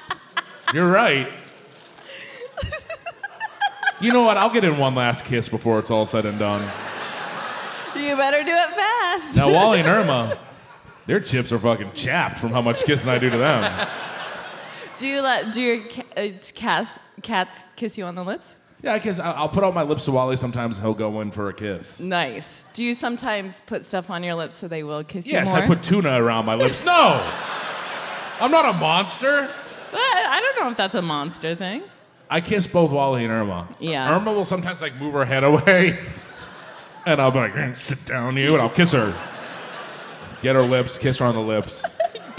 A: You're right. You know what? I'll get in one last kiss before it's all said and done.
E: You better do it fast.
A: Now, Wally and Irma, their chips are fucking chapped from how much kissing I do to them.
E: Do you let do your ca- uh, cats cats kiss you on the lips?
A: Yeah, I kiss. I- I'll put out my lips to Wally sometimes, and he'll go in for a kiss.
E: Nice. Do you sometimes put stuff on your lips so they will kiss
A: Yes,
E: you more?
A: I put tuna around my lips. No! I'm not a monster.
E: Well, I don't know if that's a monster thing.
A: I kiss both Wally and Irma.
E: Yeah.
A: Irma will sometimes like move her head away, and I'll be like, "Eh, "Sit down, you," and I'll kiss her. Get her lips, kiss her on the lips,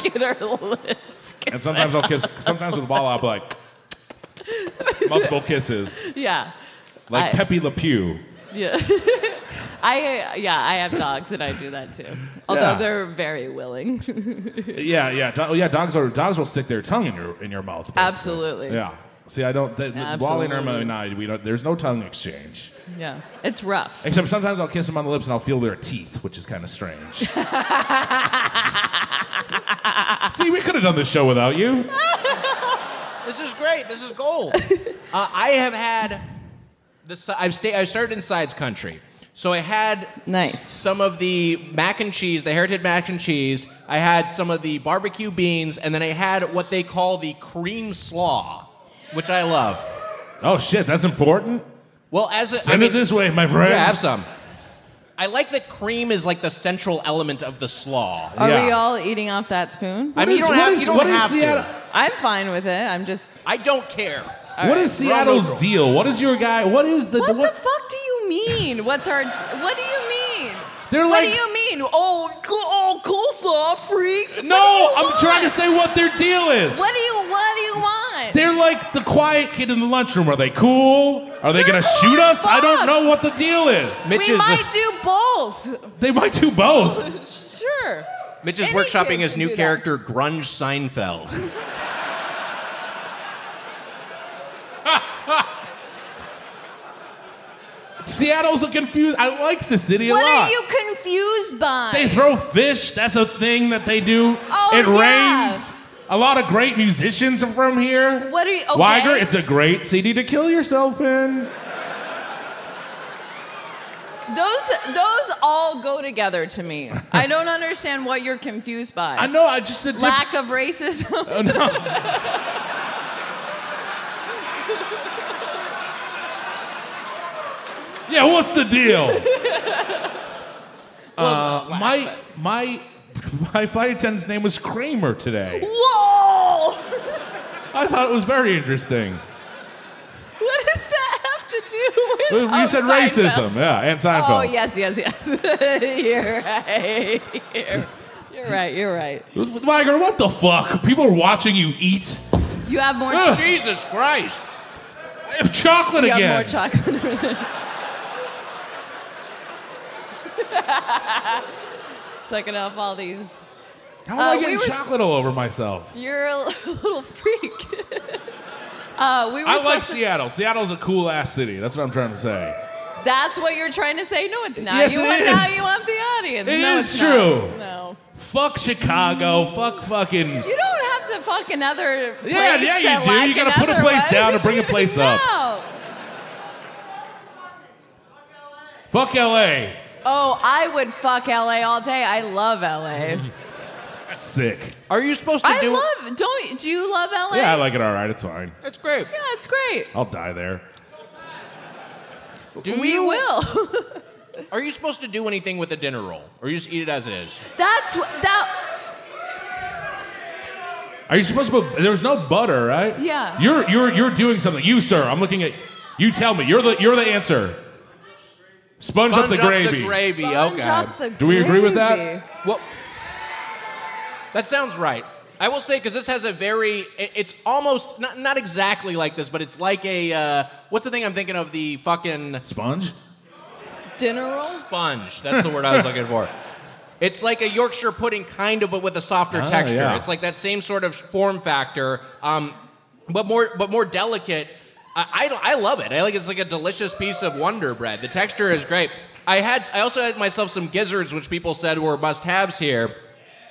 E: Get our lips.
A: and sometimes I'll kiss. Sometimes with Wally, I'll be like multiple kisses,
E: Yeah.
A: like
E: I-
A: Pepe Le Pew.
E: Yeah. I yeah, I have dogs and I do that too. Although
A: Yeah.
E: they're very willing.
A: Yeah, yeah, do- oh, yeah. Dogs are dogs will stick their tongue in your in your mouth. basically.
E: Absolutely.
A: Yeah. See, I don't. Th- Wally and Irma
E: Absolutely.
A: and I, we don't. There's no tongue exchange.
E: Yeah. It's rough.
A: Except sometimes I'll kiss them on the lips and I'll feel their teeth, which is kind of strange. See, we could have done this show without you.
J: This is great. This is gold. uh, I have had this. I've stayed. I started in Sides Country, so I had
E: Nice.
J: some of the mac and cheese, the heritage mac and cheese. I had some of the barbecue beans, and then I had what they call the cream slaw, which I love.
A: Oh shit, that's important.
J: Well, as a, I
A: Send
J: mean,
A: it this way, my friend.
J: yeah, have some. I like that cream is like the central element of the slaw.
E: Are we
A: Yeah.
E: all eating off that spoon?
J: I mean, you
A: is-
J: don't
A: what
J: have,
A: is-
J: you don't
A: what is
J: have
A: Seattle-
J: to.
E: I'm fine with it. I'm just
J: I don't care.
A: What is
J: We're all
A: Seattle's
J: neutral.
A: deal? What is your guy? What is the
E: What, the fuck do you mean? What's our? What do you mean?
A: They're
E: what
A: like-
E: do you mean? Oh, cl- oh, coleslaw freaks. What do
A: No,
E: you
A: I'm
E: want?
A: trying to say what their deal is.
E: What do you? What do you want?
A: They're like the quiet kid in the lunchroom. Are they cool? Are they
E: They're
A: going to
E: cool
A: shoot
E: as
A: us? I don't
E: fuck.
A: know what the deal is.
D: Mitch
E: we
D: is
E: might do both.
A: They might do both.
E: Sure.
D: Mitch is
E: Any
D: workshopping
E: kid
D: his
E: can
D: new
E: do that.
D: character, Grunge Seinfeld.
A: Seattle's a confused. I like the city
E: What
A: a lot.
E: are you confused by?
A: They throw fish. That's a thing that they do.
E: Oh,
A: it
E: yeah.
A: rains. A lot of great musicians are from here.
E: What are you- okay.
A: Weiger, it's a great city to kill yourself in.
E: Those those all go together to me. I don't understand what you're confused by.
A: I know. I just a diff-
E: Lack of racism.
A: Oh, no. yeah, what's the deal? Uh, my my my flight attendant's name was Kramer today.
E: Whoa!
A: I thought it was very interesting.
E: What does that have to do with?
A: You
E: oh,
A: said
E: Seinfeld.
A: racism, yeah, and Seinfeld.
E: Oh yes, yes, yes. you're right. You're, you're right. You're right.
A: Weiger, what the fuck? People are watching you eat.
E: You have more.
A: Ugh.
E: chocolate.
D: Jesus Christ!
A: I have chocolate
E: you have more
A: again.
E: chocolate. Sucking up all these.
A: How am I
E: Uh, we
A: getting
E: were-
A: chocolate all over myself?
E: You're a little freak. uh, we were
A: I
E: supposed
A: like
E: to-
A: Seattle. Seattle's a cool ass city. That's what I'm trying to say.
E: That's what you're trying to say? No, it's not.
A: Yes,
E: you
A: it
E: want now
A: is.
E: you want the audience.
A: It
E: no,
A: is
E: it's
A: true.
E: Not. No.
A: Fuck Chicago. Fuck fucking.
E: You don't have to fuck another place.
A: Yeah, yeah, you
E: to
A: do.
E: like
A: You gotta put a
E: another
A: place
E: one.
A: down and bring a place up.
E: No.
A: Fuck LA.
E: Oh, I would fuck LA all day. I love LA.
A: That's sick.
D: Are you supposed to
E: I
D: do?
E: love don't do you love LA?
A: Yeah, I like it all right. It's fine.
D: That's great.
E: Yeah, it's great.
A: I'll die there.
D: Do
E: We
D: you-
E: will.
D: Are you supposed to do anything with a dinner roll, or you just eat it as it is?
E: That's wh- that
A: Are you supposed to put. There's no butter, right?
E: Yeah.
A: You're, you're, you're doing something. You, sir. I'm looking at. You tell me. You're the, you're the answer. Sponge, up the gravy.
D: gravy.
E: sponge
D: okay.
E: up the
A: Do we agree with that?
E: gravy.
D: Well, that sounds right. I will say because this has a very, i- it's almost not not exactly like this, but it's like a uh, what's the thing I'm thinking of? The fucking
A: Sponge?
E: Dinner roll?
D: Oh. sponge. That's the word I was looking for. It's like a Yorkshire pudding, kind of, but with a softer
A: Ah,
D: texture.
A: yeah.
D: It's like that same sort of form factor, um, but more but more delicate. I, I, I love it. I like it's like a delicious piece of Wonder Bread. The texture is great. I had I also had myself some gizzards, which people said were must haves here.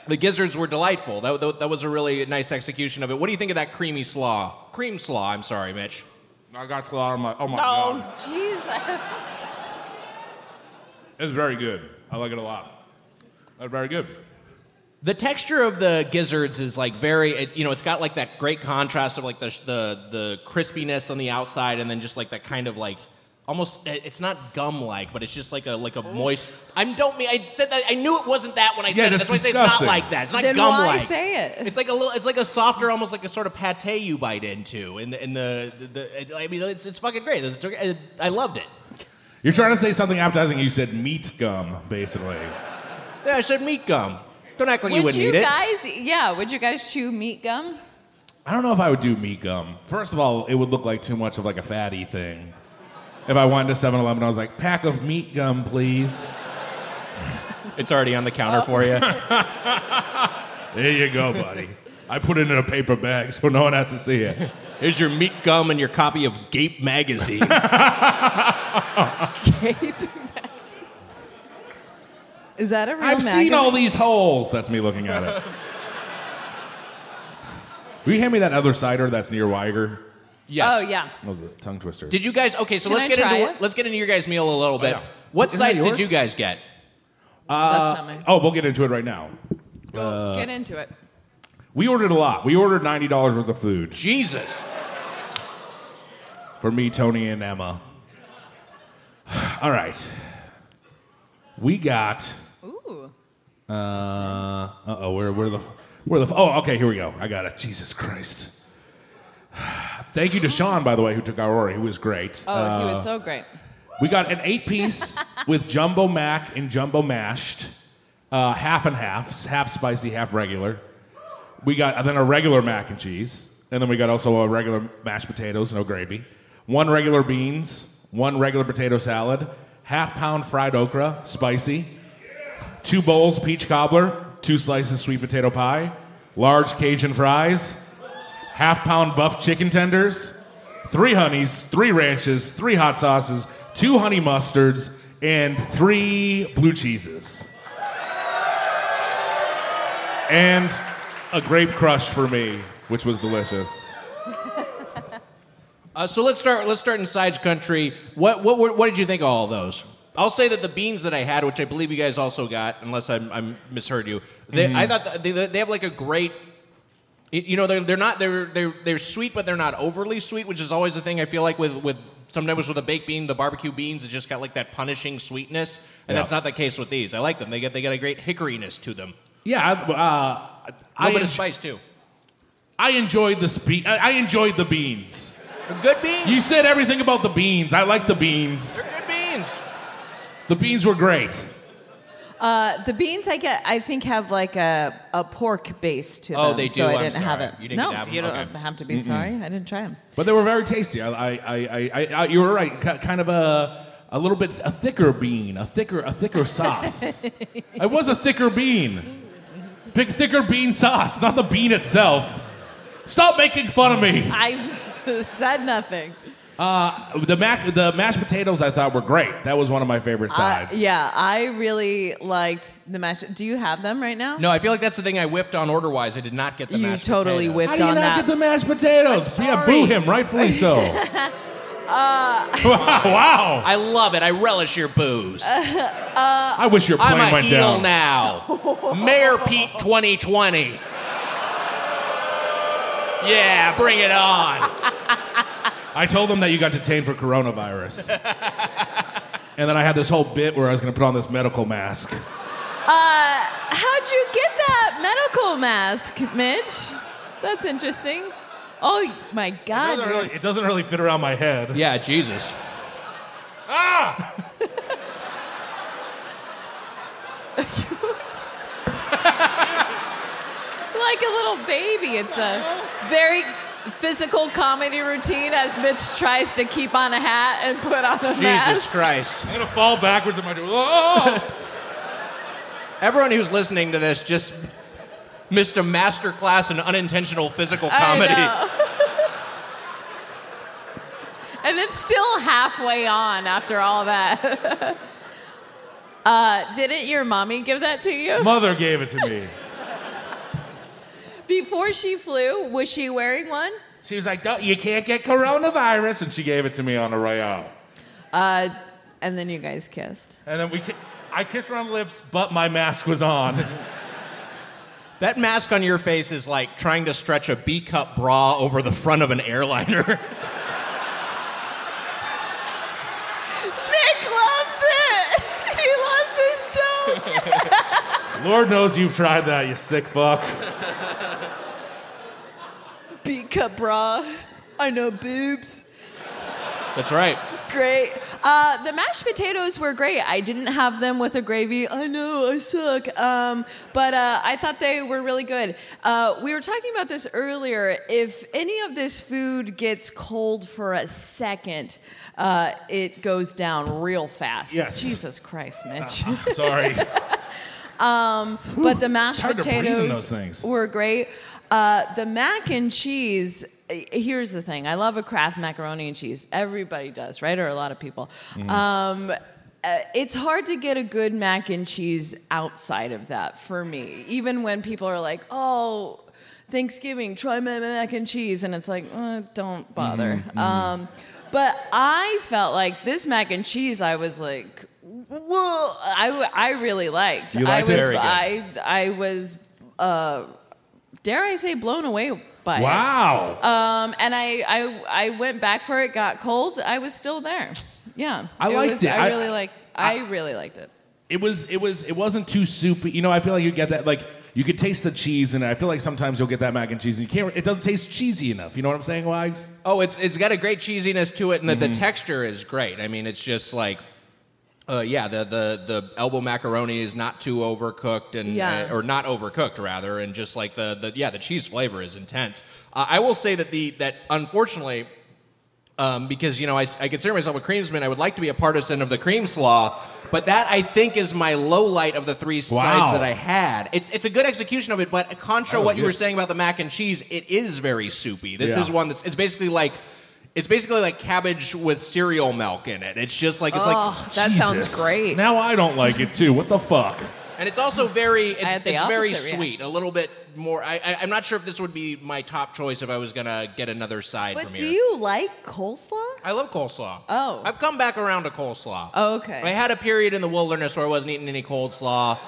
D: The gizzards were delightful. That, that, that was a really nice execution of it. What do you think of that creamy slaw? Cream slaw. I'm sorry, Mitch.
J: I got a lot on my. Oh my
E: Oh, Jesus.
J: It's very good. I like it a lot. That's very good.
D: The texture of the gizzards is like very, it, you know, it's got like that great contrast of like the, the the crispiness on the outside, and then just like that kind of like almost it- it's not gum like, but it's just like a like a moist. I don't mean I said that I knew it wasn't that when I said it.
J: that's
D: That's why I say it's not
J: disgusting.
D: like that. It's not
E: Then
D: gum
E: why
D: like.
E: say it?
D: It's like a little. It's like a softer, almost like a sort of pate you bite into. In the in the, the, the I mean, it's it's fucking great. It's, it's, I loved it.
J: You're trying to say something appetizing. You said meat gum, basically.
D: Yeah, I said meat gum. Don't act like you
E: would
D: wouldn't
E: you
D: eat it.
E: guys yeah, would you guys chew meat gum?
J: I don't know if I would do meat gum. First of all, it would look like too much of like a fatty thing. If I went to 7-Eleven, I was like, pack of meat gum, please.
D: It's already on the counter for you.
J: There you go, buddy. I put it in a paper bag so no one has to see it.
D: Here's your meat gum and your copy of Gape magazine.
E: Is that a real
J: I've
E: magazine?
J: seen all these holes. That's me looking at it. Will you hand me that other cider that's near Weiger?
D: yes.
E: Oh yeah.
J: That was a tongue twister.
D: Did you guys? Okay, so
E: Can
D: let's
E: I
D: get
E: try
D: into
E: it?
D: let's get into your guys' meal a little bit.
J: Oh, yeah.
D: What
J: Isn't that
D: sides did
J: yours?
D: you guys get? Uh,
E: That's not mine.
J: oh, we'll get into it right now.
E: Go get into it.
J: We ordered a lot. We ordered $90 worth of food
D: Jesus.
J: for me, Tony, and Emma. All right. We got.
E: Ooh.
J: Uh oh, where where the where the oh okay here we go. I got it. Jesus Christ. Thank you to Sean, by the way, who took our order. He was great.
E: Oh,
J: Uh,
E: he was so great.
J: we got an eight piece with jumbo mac and jumbo mashed, uh, half and half, half spicy, half regular. We got and then a regular mac and cheese.
A: and then we got also a regular mashed potatoes, no gravy, one regular beans, one regular potato salad, half pound fried okra, spicy, two bowls peach cobbler, two slices sweet potato pie, large Cajun fries, half pound buff chicken tenders, three honeys, three ranches, three hot sauces, two honey mustards, and three blue cheeses. And a grape crush for me, which was delicious.
D: Uh, so let's start. Let's start in sides country. What, what what what did you think of all those? I'll say that the beans that I had, which I believe you guys also got, unless I'm, I'm misheard you. They,
A: Mm-hmm.
D: I thought that they, they have like a great. it- You know, they're they're not they're they're they're sweet, but they're not overly sweet, which is always the thing I feel like with with sometimes with a baked bean, the barbecue beans, it just got like that punishing sweetness, and
A: Yeah.
D: that's not the case with these. I like them. They get they got a great hickoryness to them.
A: Yeah, I- uh,
D: A
A: I,
D: little bit of
A: en-
D: spice too.
A: I enjoyed the spe- I, I enjoyed the beans.
D: Good beans.
A: You said everything about the beans. I like the beans.
D: They're good beans.
A: The beans were great.
E: Uh, the beans I get, I think, have like a, a pork base to
D: Oh,
E: them.
D: they do.
E: So I
D: I'm
E: didn't have
D: sorry.
E: it.
D: You didn't
E: no,
D: get that
E: you
D: one?
E: don't
D: Okay.
E: have to be sorry. I didn't try them.
A: But they were very tasty. I, I, I, I, I you were right. Ki- Kind of a, a little bit a thicker bean, a thicker, a thicker sauce. it was a thicker bean. Big thicker bean sauce, not the bean itself. Stop making fun of me.
E: I just said nothing.
A: Uh, the mac, the mashed potatoes I thought were great. That was one of my favorite
E: I,
A: sides.
E: Uh, yeah, I really liked the mashed. Do you have them right now?
D: No, I feel like that's the thing I whiffed on order wise. I did not get the
E: You
D: mashed
E: totally
D: potatoes.
E: whiffed
A: How do you
E: on
A: not
E: that.
A: get the mashed potatoes? Yeah, boo him, rightfully so. wow, wow.
D: I love it. I relish your booze.
E: Uh,
A: I wish your plane
D: I'm a
A: went
D: heel
A: down.
D: now. Mayor Pete 2020. Yeah, bring it on.
A: I told them that you got detained for coronavirus. and then I had this whole bit where I was going to put on this medical mask.
E: Uh, how'd you get that medical mask, Mitch? That's interesting. Oh my
A: It
E: God!
A: doesn't really, it doesn't really fit around my head.
D: Yeah, Jesus.
E: like a little baby. It's a very physical comedy routine as Mitch tries to keep on a hat and put on a
D: Jesus
E: mask.
D: Christ.
A: I'm going to fall backwards in my oh!
D: Everyone who's listening to this just missed a master class in unintentional physical comedy.
E: I know. and it's still halfway on after all that. uh, didn't your mommy give that to you?
A: Mother gave it to me.
E: Before she flew, was she wearing one?
A: She was like, "Don't- you can't get coronavirus. And she gave it to me on the way out.
E: Uh, and then you guys kissed.
A: And then we, ki- I kissed her on the lips, but my mask was on.
D: That mask on your face is like trying to stretch a B cup bra over the front of an airliner.
E: Nick loves it. he loves his joke.
A: Lord knows you've tried that, you sick fuck.
E: Beat cup bra. I know boobs.
D: That's right.
E: Great. Uh, the mashed potatoes were great. I didn't have them with a gravy. I know I suck. Um, but uh, I thought they were really good. Uh, we were talking about this earlier. If any of this food gets cold for a second, uh, it goes down real fast.
A: Yes.
E: Jesus Christ, Mitch.
A: Sorry.
E: but the mashed
A: hard to breathe in those
E: potatoes
A: things.
E: were great. Uh, the mac and cheese. eh, Here's the thing: I love a Kraft macaroni and cheese. Everybody does, right? Or a lot of people.
A: Mm-hmm.
E: Um, eh, it's hard to get a good mac and cheese outside of that for me. Even when people are like, "Oh, Thanksgiving, try my mac and cheese," and it's like, "Uh, don't bother.
A: Mm-hmm,
E: Um, but I felt like this mac and cheese. I was like, "Whoa!" I, I really liked.
A: You liked
E: I
A: it?
E: was
A: Very good.
E: I I was uh, dare I say blown away by
A: Wow.
E: it. Um, and I, I I went back for it. Got cold. I was still there. Yeah,
A: I liked
E: was-
A: it. I-
E: I really like. I, really liked it.
A: it was it was it wasn't too soupy. You know, I feel like you get that like you could taste the cheese in it. I feel like sometimes you'll get that mac and cheese and you can't. It doesn't taste cheesy enough. You know what I'm saying, Wags?
D: Oh, it's it's got a great cheesiness to it, and the, the texture is great. I mean, it's just like
J: Uh, yeah, the, the the elbow macaroni is not too overcooked and
E: Yeah.
J: uh, or not overcooked rather, and just like the, the yeah the cheese flavor is intense. Uh, I will say that the that unfortunately, um, because you know I, s- I consider myself a creamsman, I would like to be a partisan of the cream slaw, but that I think is my low light of the three
A: Wow.
J: sides that I had. It's it's a good execution of it, but contra what you
A: good.
J: were saying about the mac and cheese, it is very soupy. This
A: Yeah.
J: is one that's it's basically like. It's basically like cabbage with cereal milk in it. It's just like it's like
E: oh, that sounds great.
A: Now I don't like it too. What the fuck?
J: and it's also very, it's,
E: had the
J: it's very
E: opposite
J: sweet.
E: reaction.
J: A little bit more. I, I, I'm not sure if this would be my top choice if I was gonna get another side
E: But
J: from
E: do
J: here.
E: you like coleslaw?
J: I love coleslaw.
E: Oh.
J: I've come back around to coleslaw.
E: Oh, okay.
J: I had a period in the wilderness where I wasn't eating any coleslaw.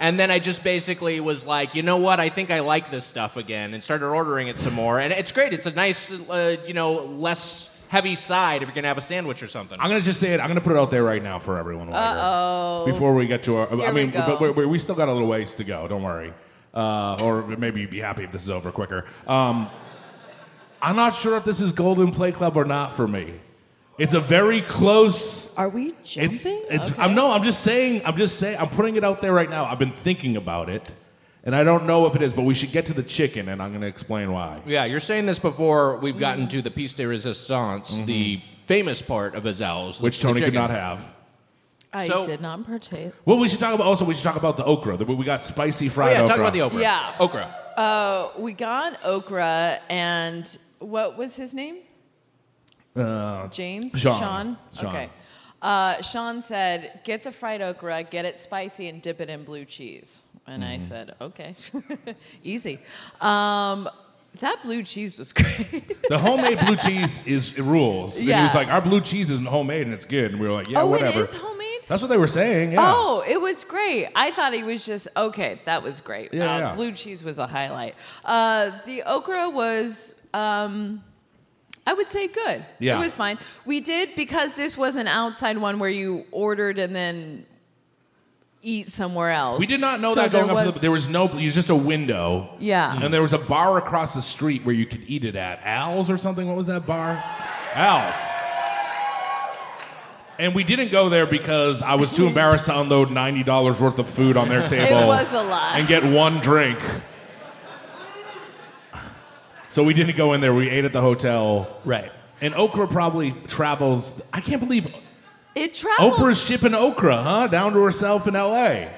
J: And then I just basically was like, you know what? I think I like this stuff again and started ordering it some more. And it's great. It's a nice, uh, you know, less heavy side if you're going to have a sandwich or something.
A: I'm gonna just say it. I'm gonna put it out there right now for everyone. Uh oh. Before we get to our, I
E: Here we
A: mean,
E: go.
A: but we're, we we still got a little ways to go. Don't worry. Uh, or maybe you'd be happy if this is over quicker. Um, I'm not sure if this is Golden Play Club or not for me. It's a very close.
E: Are we jumping?
A: It's. It's. I'm no. I'm just saying. I'm just saying. I'm putting it out there right now. I've been thinking about it, and I don't know if it is. But we should get to the chicken, and I'm gonna explain why.
J: Yeah, you're saying this before we've gotten
E: Mm-hmm.
J: to the piece de resistance, the famous part of Azell's,
A: Mm-hmm. Which
J: the
A: Tony could
J: chicken.
A: not have.
E: I
J: So-
E: did not partake.
A: Well, we should talk about. Also, we should talk about the okra. The- We got spicy
J: Oh,
A: fried
J: yeah,
A: okra.
J: talk about the okra.
E: Yeah.
J: okra.
E: Uh, we got okra and what was his name? Uh, James?
A: Sean.
E: Sean?
A: Sean.
E: Okay. Uh, Sean said, get the fried okra, get it spicy, and dip it in blue cheese. And I
A: Mm-hmm.
E: said, okay, easy. Um, that blue cheese was great.
A: The homemade blue cheese is it rules. And he was
E: Yeah.
A: like, our blue cheese isn't homemade and it's good. And we were like, yeah,
E: oh,
A: whatever.
E: it is homemade?
A: That's what they were saying. Yeah.
E: Oh, it was great. I thought he was just okay. That was great.
A: Yeah,
E: Uh,
A: yeah.
E: Blue cheese was a highlight. Uh, the okra was. Um, I would say good.
A: Yeah.
E: It was fine. We did because this was an outside one where you ordered and then eat somewhere else.
A: We did not know
E: So
A: that going
E: there
A: up. To
E: was-
A: the, there Mm-hmm. was no. It was just a window.
E: Yeah.
A: And there was a bar across the street where you could eat it at Al's or something. What was that bar? Al's. And we didn't go there because I was too embarrassed to unload ninety dollars worth of food on their table.
E: was a lot.
A: And get one drink. So we didn't go in there. We ate at the hotel.
L: Right.
A: And okra probably travels. I can't believe
E: it traveled
A: Oprah's shipping okra, huh? Down to herself in L.A.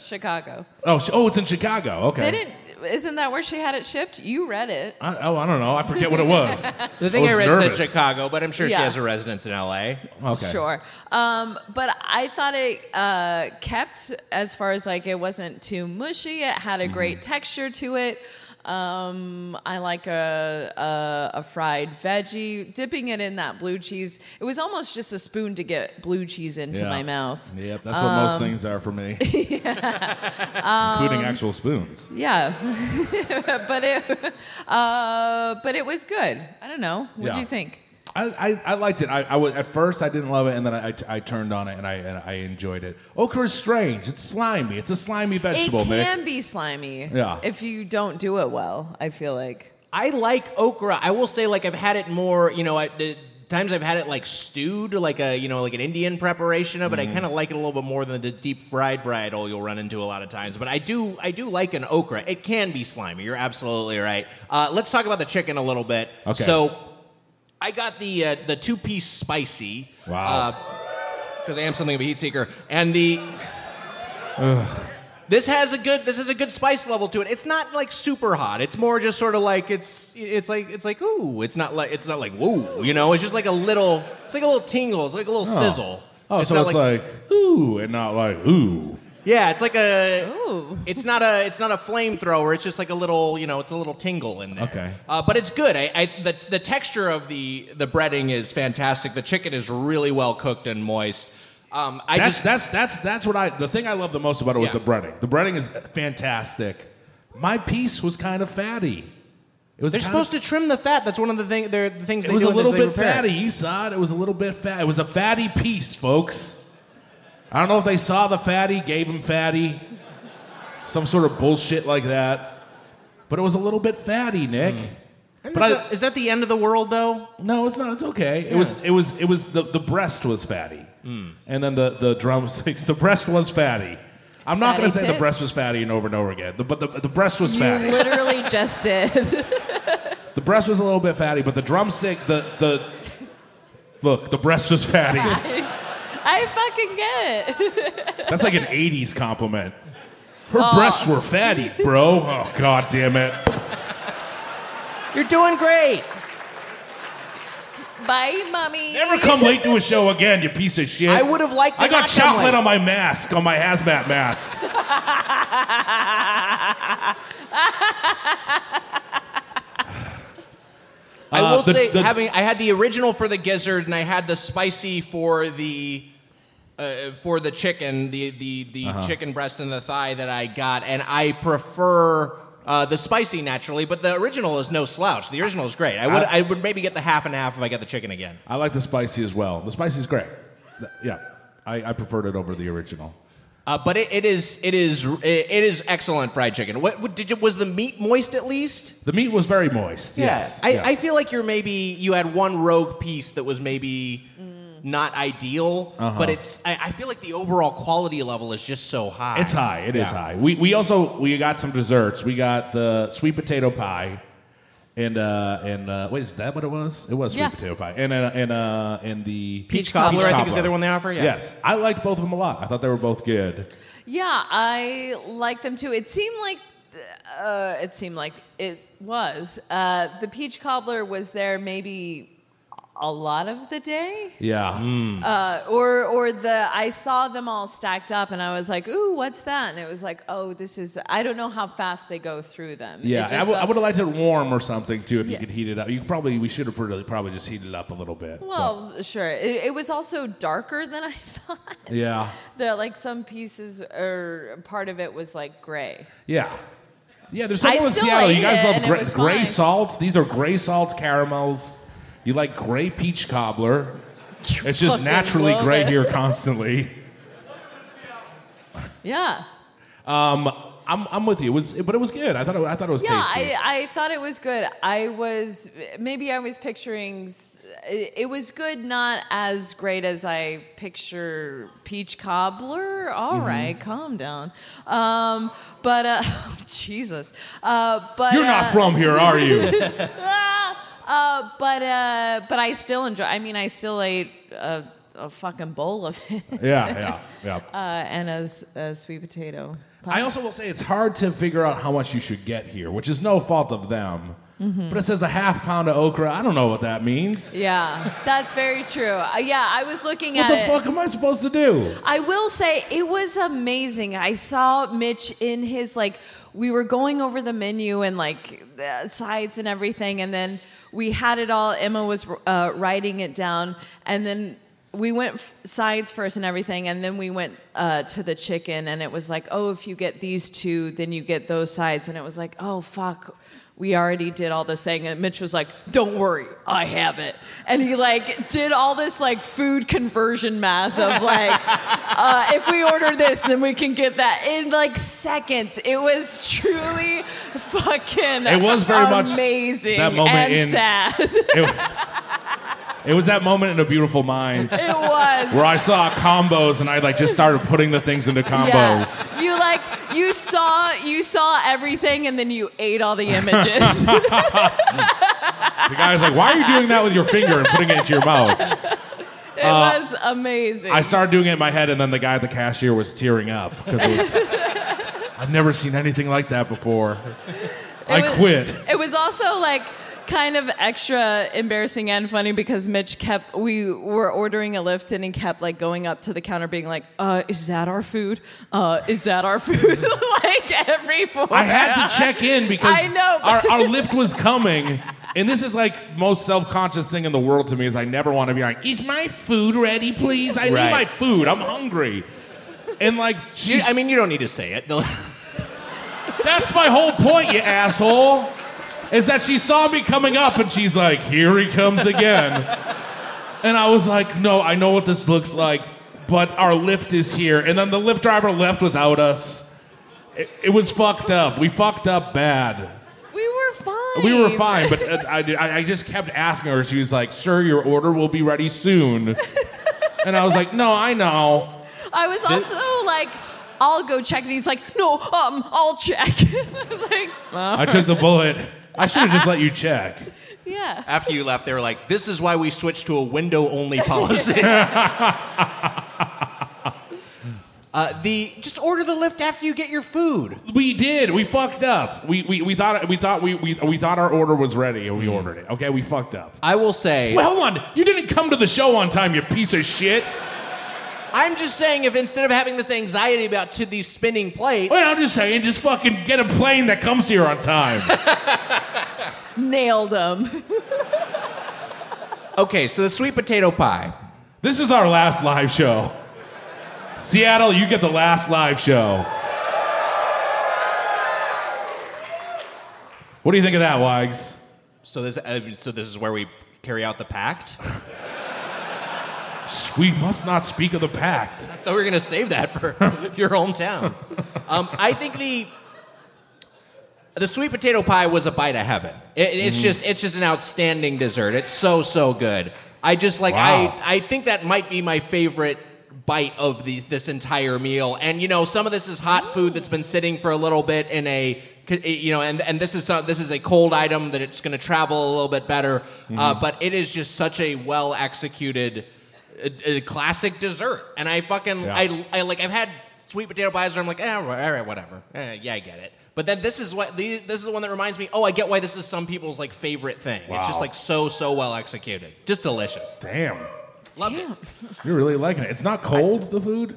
E: Chicago.
A: Oh, sh- oh, it's in Chicago. Okay.
E: Didn't isn't that where she had it shipped? You read it.
A: I, oh, I don't know. I forget what it was.
J: The thing I,
A: was
J: read
A: nervous.
J: said Chicago, but I'm sure she
E: Yeah.
J: has a residence in L.A.
A: Okay.
E: Sure. Um, but I thought it uh, kept as far as like it wasn't too mushy. It had a great
A: Mm-hmm.
E: texture to it. Um, I like a, a a fried veggie. Dipping it in that blue cheese, it was almost just a spoon to get blue cheese into
A: Yeah.
E: my mouth.
A: Yep, that's what most things are for me, including actual spoons.
E: Yeah, but it uh, but it was good. I don't know. What do
A: Yeah.
E: you think?
A: I, I, I liked it. I, I was, at first I didn't love it, and then I, I, I turned on it and I and I enjoyed it. Okra is strange. It's slimy. It's a slimy vegetable,
E: it
A: Nick.
E: can be slimy.
A: Yeah.
E: If you don't do it well, I feel like.
J: I like okra. I will say, like I've had it more. You know, I, the times I've had it like stewed, like a you know, like an Indian preparation of it. I kind of like it a little bit more than the deep fried varietal you'll run into a lot of times. But I do, I do like an okra. It can be slimy. You're absolutely right. Uh, let's talk about the chicken a little bit.
A: Okay.
J: So, I got the uh, the two piece spicy. uh,
A: Wow.
J: Because I am something of a heat seeker, and the this has a good this has a good spice level to it. It's not like super hot. It's more just sort of like it's it's like it's like ooh. It's not like it's not like woo. You know, it's just like a little. It's like a little tingle. It's like a little sizzle.
A: Oh, so
J: not
A: it's like, ooh, and not like ooh.
J: yeah. It's like a.
E: Ooh.
J: It's not a it's not a flamethrower. It's just like a little you know it's a little tingle in there.
A: Okay.
J: Uh, but it's good. I, I the the texture of the the breading is fantastic. The chicken is really well cooked and moist. Um, I
A: That's
J: just
A: that's that's that's what I. The thing I love the most about it was the
J: Yeah.
A: breading. The breading is fantastic. My piece was kind of fatty. It was
J: they're
A: kind
J: supposed
A: of,
J: to trim the fat. That's one of the thing. They're the things
A: It
J: they
A: was
J: do
A: a
J: is
A: little
J: they
A: bit
J: prepare it.
A: fatty. You saw it. It was a little bit fat. It was a fatty piece, folks. I don't know if they saw the fatty, gave him fatty, some sort of bullshit like that. But it was a little bit fatty, Nick.
E: Hmm.
A: But
J: Is
A: I,
J: that- is that the end of the world, though?
A: no, it's not. It's okay. It was. It was. It was. The, the breast was fatty.
E: Hmm.
A: And then the, the drumsticks, the breast was fatty. I'm not going to say
E: Fatty
A: the
E: tits?
A: breast was fatty and over and over again, the- but the, the breast was
E: You
A: fatty.
E: literally just did.
A: the breast was a little bit fatty, but the drumstick, the, the look, the breast was fatty.
E: I fucking get it.
A: That's like an 80s compliment. Her
J: Uh.
A: breasts were fatty, bro. Oh, god damn it.
J: You're doing great.
E: Bye, mommy.
A: Never come late to a show again, you piece of shit.
J: I would have liked to
A: I got
J: not come
A: chocolate
J: late.
A: on my mask, on my hazmat mask.
J: I
A: Uh,
J: will
A: the-
J: say,
A: the-
J: having I had the original for the gizzard, and I had the spicy for the uh, for the chicken, the the the
A: Uh-huh.
J: chicken breast and the thigh that I got, and I prefer. Uh, the spicy naturally, but the original is no slouch. The original is great. I would, I, would maybe get the half and half if I got the chicken again.
A: I like the spicy as well. The spicy is great. Th- Yeah, I, I preferred it over the original.
J: Uh, but it, it is, it is, it is excellent fried chicken. What, what did you? Was the meat moist at least?
A: The meat was very moist. Yes.
J: I,
A: yeah.
J: I feel like you're maybe you had one rogue piece that was maybe not ideal,
A: Uh-huh.
J: but it's I, I feel like the overall quality level is just so high.
A: It's high. It is high. We, we also we got some desserts. We got the sweet potato pie, and uh, and uh, wait, is that what it was? It was sweet
E: Yeah.
A: potato pie, and uh, and uh, and the
J: Peach cobbler, I think, is the other one they offer, yeah.
A: Yes, I liked both of them a lot. I thought they were both good.
E: Yeah, I like them too. It seemed like uh, it seemed like it was uh, the peach cobbler was there maybe a lot of the day,
A: Yeah.
J: Mm.
E: uh, or or the I saw them all stacked up and I was like, ooh, what's that? And it was like, oh, this is I don't know how fast they go through them. It
A: Yeah,
E: just
A: I would
J: uh,
E: felt-
A: have liked it warm or something too. If you
E: Yeah.
A: could heat it up, you probably we should have really probably just heated it up a little bit.
E: Well, sure. It, it was also darker than I thought.
A: But- yeah,
E: The, like some pieces or part of it was like gray.
A: yeah, yeah. There's
E: I
A: someone in
E: still
A: Seattle. You
E: ate
A: guys
E: it,
A: love
E: and it
A: gray,
E: was
A: gray
E: fine.
A: salt. These are gray salt caramels. You like gray peach cobbler. It's just
E: fucking
A: naturally
E: love
A: gray
E: it.
A: here constantly.
E: Yeah.
A: Um, I'm, I'm with you. It was but it was good. I thought it, I thought it was
E: Yeah,
A: tasty.
E: I, I thought it was good. I was maybe I was picturing s- it, it was good, not as great as I picture peach cobbler. All
A: Mm-hmm.
E: right, calm down. Um, but uh, Jesus, uh, but
A: You're not
E: uh,
A: from here, are you?
E: Ah! Uh, but uh, but I still enjoy. I mean, I still ate a, a fucking bowl of it.
A: yeah, yeah, yeah.
E: Uh, and a, s- a sweet potato.
A: I
E: Pie.
A: also will say it's hard to figure out how much you should get here, which is no fault of them. But it says a half pound of okra. I don't know what that means.
E: Mm-hmm. yeah, that's very true. Uh, yeah, I was looking
A: What
E: at
A: the
E: it.
A: fuck am I supposed to do?
E: I will say it was amazing. I saw Mitch in his like we were going over the menu and like the sides and everything, and then we had it all. Emma was uh, writing it down, and then we went f- sides first and everything, and then we went uh, to the chicken, and it was like, oh, if you get these two, then you get those sides, and it was like, oh fuck. We already did all this thing, and Mitch was like, "Don't worry, I have it." And he like did all this like food conversion math of like, uh, if we order this, then we can get that in like seconds. It was truly fucking.
A: It was very much
E: amazing
A: that moment
E: and
A: in-
E: sad. it
A: It, it was that moment in a beautiful mind
E: was.
A: where I saw combos and I like just started putting the things into combos.
E: Yeah. You like you saw you saw everything and then you ate all the images.
A: The guy's like, "Why are you doing that with your finger and putting it into your mouth?"
E: it was amazing.
A: Uh, I started doing it in my head, and then the guy at the cashier was tearing up because it was. I've never seen anything like that before. I
E: was-
A: quit.
E: It was also like kind of extra embarrassing and funny because Mitch kept we were ordering a lift and he kept like going up to the counter being like, uh, is that our food? Uh, is that our food? like every four.
A: I had to check in because
E: I know,
A: our,
E: but-
A: our lift was coming. And this is like most self-conscious thing in the world to me is I never want to be like, is my food ready, please? I need
J: Right.
A: my food. I'm hungry. And like, she's,
J: I mean, you don't need to say it.
A: that's my whole point, you asshole. Is that she saw me coming up and she's like, here he comes again. And I was like, no, I know what this looks like, but our lift is here. And then the lift driver left without us. It, it was fucked up. We fucked up bad.
E: We were fine.
A: We were fine, but uh, I, I, I just kept asking her. She was like, "Sir, your order will be ready soon." And I was like, no, I know.
E: I was also like, I'll go check. And he's like, no, um, I'll check. I was like,
A: I took the bullet. I should have just let you check.
E: yeah.
J: After you left, they were like, "This is why we switched to a window-only policy." uh, the just order the lift after you get your food.
A: We did. We fucked up. We we, we thought we thought we, we we thought our order was ready and we
J: Hmm.
A: ordered it. Okay, we fucked up.
J: I will say,
A: Well, hold on. You didn't come to the show on time, you piece of shit.
J: I'm just saying, if instead of having this anxiety about to these spinning plates,
A: Well, I'm just saying, just fucking get a plane that comes here on time.
E: Nailed him.
J: okay, so the sweet potato pie.
A: this is our last live show. Seattle, you get the last live show. What do you think of that, Wags?
J: So this, uh, so this is where we carry out the pact.
A: We must not speak of the pact.
J: So we're gonna save that for your hometown. Um, I think the the sweet potato pie was a bite of heaven. It, it's just it's just an outstanding dessert. It's so so good. I just like
A: Wow.
J: I I think that might be my favorite bite of these this entire meal. And you know some of this is hot food that's been sitting for a little bit in a you know and and this is some, this is a cold item that it's going to travel a little bit better. Uh,
D: Mm-hmm.
J: but it is just such a well executed a, a classic dessert. And I fucking
A: Yeah.
J: I, I like I've had sweet potato pies where I'm like, eh, all right, all right, whatever. Eh, yeah, I get it. But then this is what the, this is the one that reminds me. Oh, I get why this is some people's like favorite thing. It's
A: Wow.
J: just like so so well executed, just delicious.
A: Damn.
J: Love it.
A: You're really liking it. It's not cold, the food?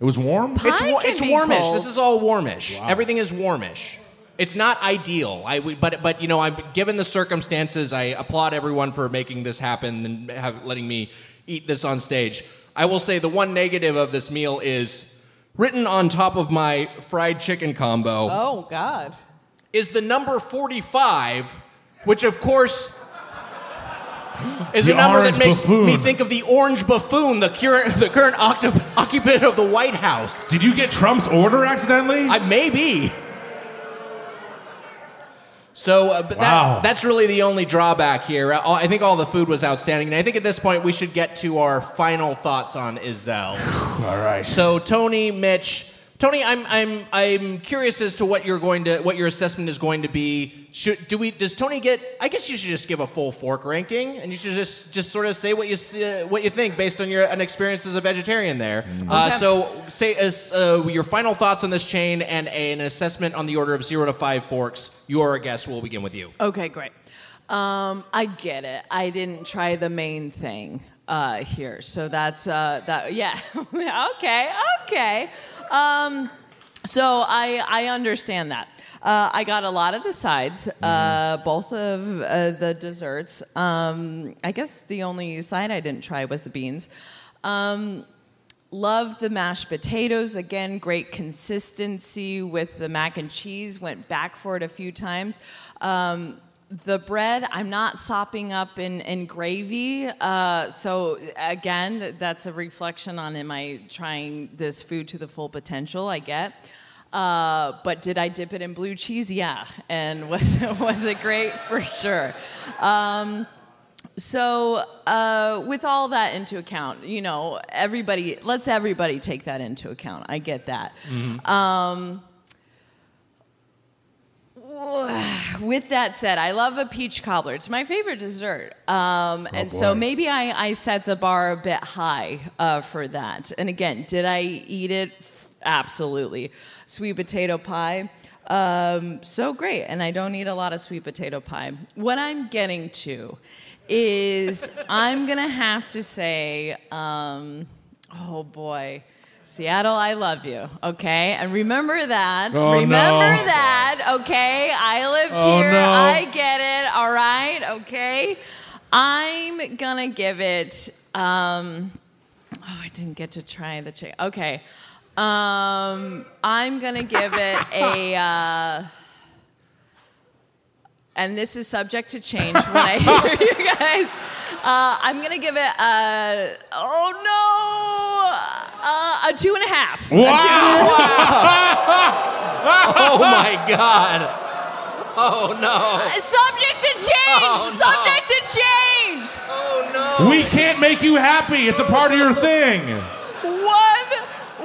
A: It was warm?
J: It's,
E: Pie
J: wa-
E: can
J: it's
E: be
J: warmish.
E: cold.
J: This is all warmish. Everything is warmish. It's not ideal. I would- but but you know I'm given the circumstances. I applaud everyone for making this happen and have, letting me eat this on stage. I will say the one negative of this meal is written on top of my fried chicken combo
E: Oh God.
J: is the number 45, which of course is
A: The
J: a number
A: orange
J: that makes me
A: buffoon.
J: think of the orange buffoon, the current the current occup- occupant of the White House.
A: Did you get Trump's order accidentally?
J: I maybe. So, uh, but
A: Wow.
J: that, that's really the only drawback here. Uh, all- I think all the food was outstanding, and I think at this point we should get to our final thoughts on Izzel.
A: All right.
J: so, Tony, Mitch, Tony, I'm I'm I'm curious as to what you're going to what your assessment is going to be. Should do we? Does Tony get? I guess you should just give a full fork ranking, and you should just just sort of say what you see, uh, what you think based on your an experience as a vegetarian there.
D: Mm-hmm.
J: Uh,
E: Okay.
J: so. So, say as uh, your final thoughts on this chain and an assessment on the order of zero to five forks. You are a guest. We'll begin with you.
E: Okay, great. Um, I get it. I didn't try the main thing uh, here, so that's uh, that. Yeah. okay. Okay. Um, so I I understand that. Uh, I got a lot of the sides, uh, both of uh, the desserts. Um, I guess the only side I didn't try was the beans. Um, Love the mashed potatoes. Again, great consistency with the mac and cheese. Went back for it a few times. Um, the bread, I'm not sopping up in, in gravy. Uh, so, again, th- that's a reflection on am I trying this food to the full potential? I get. Uh, but did I dip it in blue cheese? Yeah. And was, was it great? For sure. Um, so, uh, with all that into account, you know, everybody, let's everybody take that into account. I get that. Um, with that said, I love a peach cobbler. It's my favorite dessert. Um, and so
A: boy.
E: maybe I, I set the bar a bit high uh, for that. And again, did I eat it? F- Absolutely. Sweet potato pie. Um, so great. And I don't eat a lot of sweet potato pie. What I'm getting to is I'm going to have to say, um, oh boy. Seattle, I love you. Okay, and remember that.
A: Oh,
E: remember
A: no.
E: that. Okay, I lived
A: Oh,
E: here.
A: no.
E: I get it. All right. Okay, I'm gonna give it. Um, oh, I didn't get to try the chicken. Okay, um, I'm gonna give it a. Uh, and this is subject to change when I hear you guys. Uh, I'm gonna give it a oh no, uh, a two and a half. A two-
J: Oh my God! Oh no!
E: subject to change.
J: Oh, no.
E: Subject to change.
J: Oh no!
A: We can't make you happy. It's a part of your thing.
E: One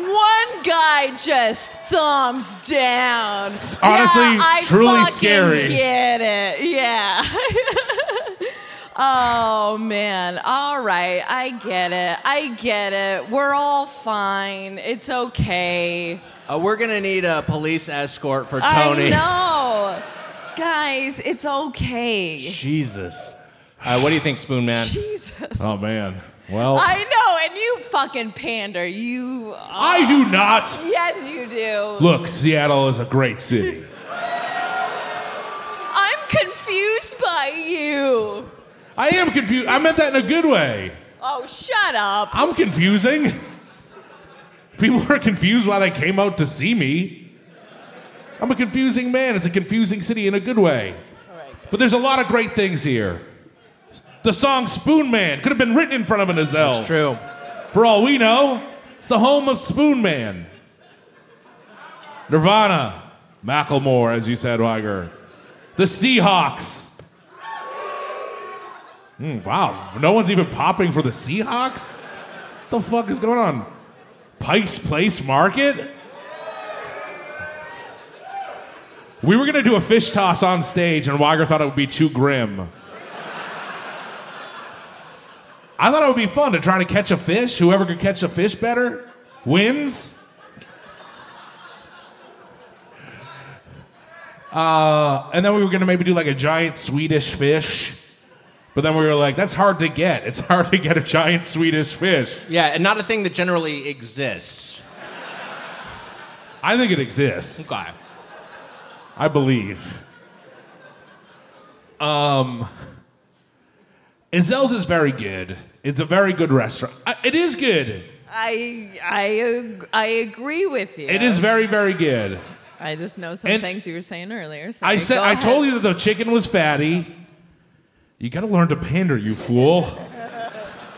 E: one guy just thumbs down.
A: honestly
E: yeah, I
A: truly
E: fucking
A: scary.
E: Get it? Yeah. oh man. All right. I get it. I get it. We're all fine. It's okay.
D: Uh, we're gonna need a police escort for
E: I
D: Tony.
E: know. Guys, it's okay.
D: Jesus. Uh, what do you think, Spoon Man?
E: Jesus.
A: Oh man. Well, I,
E: I know, and you fucking pander. You.
A: do not.
E: Yes, you do.
A: Look, Seattle is a great city.
E: I'm confused by you.
A: I am confused. I meant that in a good way.
E: Oh, shut up.
A: I'm confusing. People are confused why they came out to see me. I'm a confusing man. It's a confusing city in a good way. But there's a lot of great things here. The song Spoon Man could have been written in front of an Azelle.
D: It's true.
A: For all we know, it's the home of Spoon Man. Nirvana, Macklemore, as you said, Weiger. The Seahawks. Hmm, wow, no one's even popping for the Seahawks? the fuck is going on? Pike's Place Market? We were gonna do a fish toss on stage, and Weiger thought it would be too grim. I thought it would be fun to try to catch a fish. Whoever could catch a fish better wins. Uh, and then we were gonna maybe do like a giant Swedish fish, but then we were like, that's hard to get. It's hard to get a giant Swedish fish.
D: Yeah, and not a thing that generally exists.
A: I think it exists.
D: Okay.
A: I believe. Um, Izelle's is very good. It's a very good restaurant. I, it is good.
E: I I ag- I agree with you.
A: It is very, very good.
E: I just know some
A: And-
E: things you were saying earlier. So
A: I said,
E: go
A: I
E: ahead.
A: told you that the chicken was fatty. You got to learn to pander, you fool.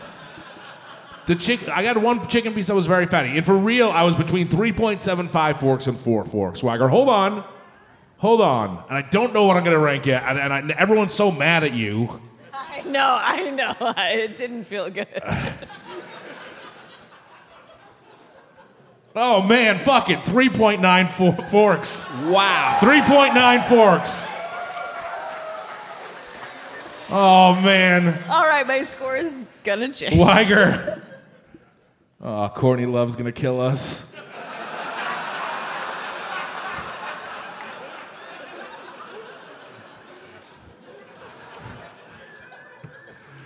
A: the chick, I got one chicken piece that was very fatty, and for real, I was between 3.75 forks and four forks. Swagger, hold on, hold on, and I don't know what I'm gonna rank yet, and, and I, everyone's so mad at you.
E: I know. I know. It didn't feel good.
A: Oh man, fuck it, 3.9 fo- forks.
D: Wow.
A: 3.9 forks. Oh man.
E: All right, my score is gonna change.
A: Weiger. Oh, Courtney Love's gonna kill us.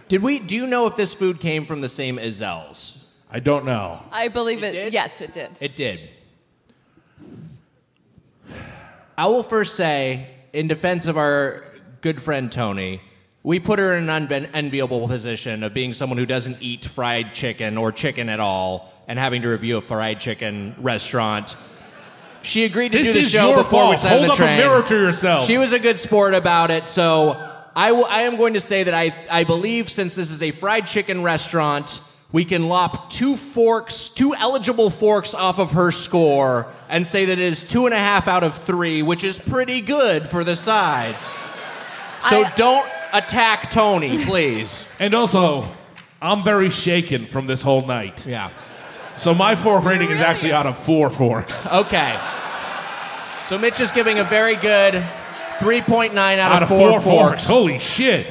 D: Did we? Do you know if this food came from the same Azels?
A: I don't know.
E: I believe it.
D: did?
E: Yes, it did.
D: It did. I will first say, in defense of our good friend Tony, we put her in an unven- enviable position of being someone who doesn't eat fried chicken or chicken at all and having to review a fried chicken restaurant. She agreed to
A: This
D: do the
A: is
D: show
A: your
D: before we
A: fault.
D: sat on
A: Hold
D: the
A: up a
D: train.
A: mirror to yourself.
D: She was a good sport about it, so I, w- I am going to say that I, I believe since this is a fried chicken restaurant, we can lop two forks, two eligible forks off of her score and say that it is two and a half out of three, which is pretty good for the sides. So
E: I-
D: don't attack Tony, please.
A: And also, I'm very shaken from this whole night.
D: yeah.
A: So my fork rating is actually out of four forks.
D: Okay. So Mitch is giving a very good 3.9 out,
A: out
D: of
A: of
D: four,
A: four forks.
D: forks.
A: Holy shit.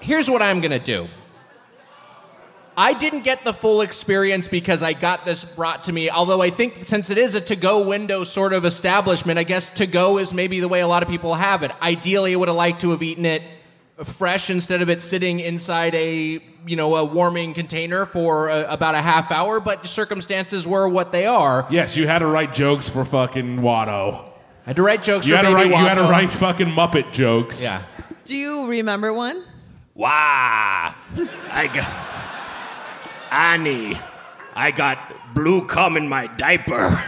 D: here's what I'm gonna do. I didn't get the full experience because I got this brought to me. Although I think since it is a to-go window sort of establishment, I guess to-go is maybe the way a lot of people have it. Ideally, I would have liked to have eaten it fresh instead of it sitting inside a you know a warming container for uh about a half hour. But circumstances were what they are.
A: Yes, you had to write jokes for fucking Watto.
D: I had to write jokes.
A: You
D: for
A: had to
D: Baby
A: write. You had to
D: Watto.
A: write fucking Muppet jokes.
D: Yeah.
E: Do you remember one?
M: Wow. I got. Annie, I got blue cum in my diaper.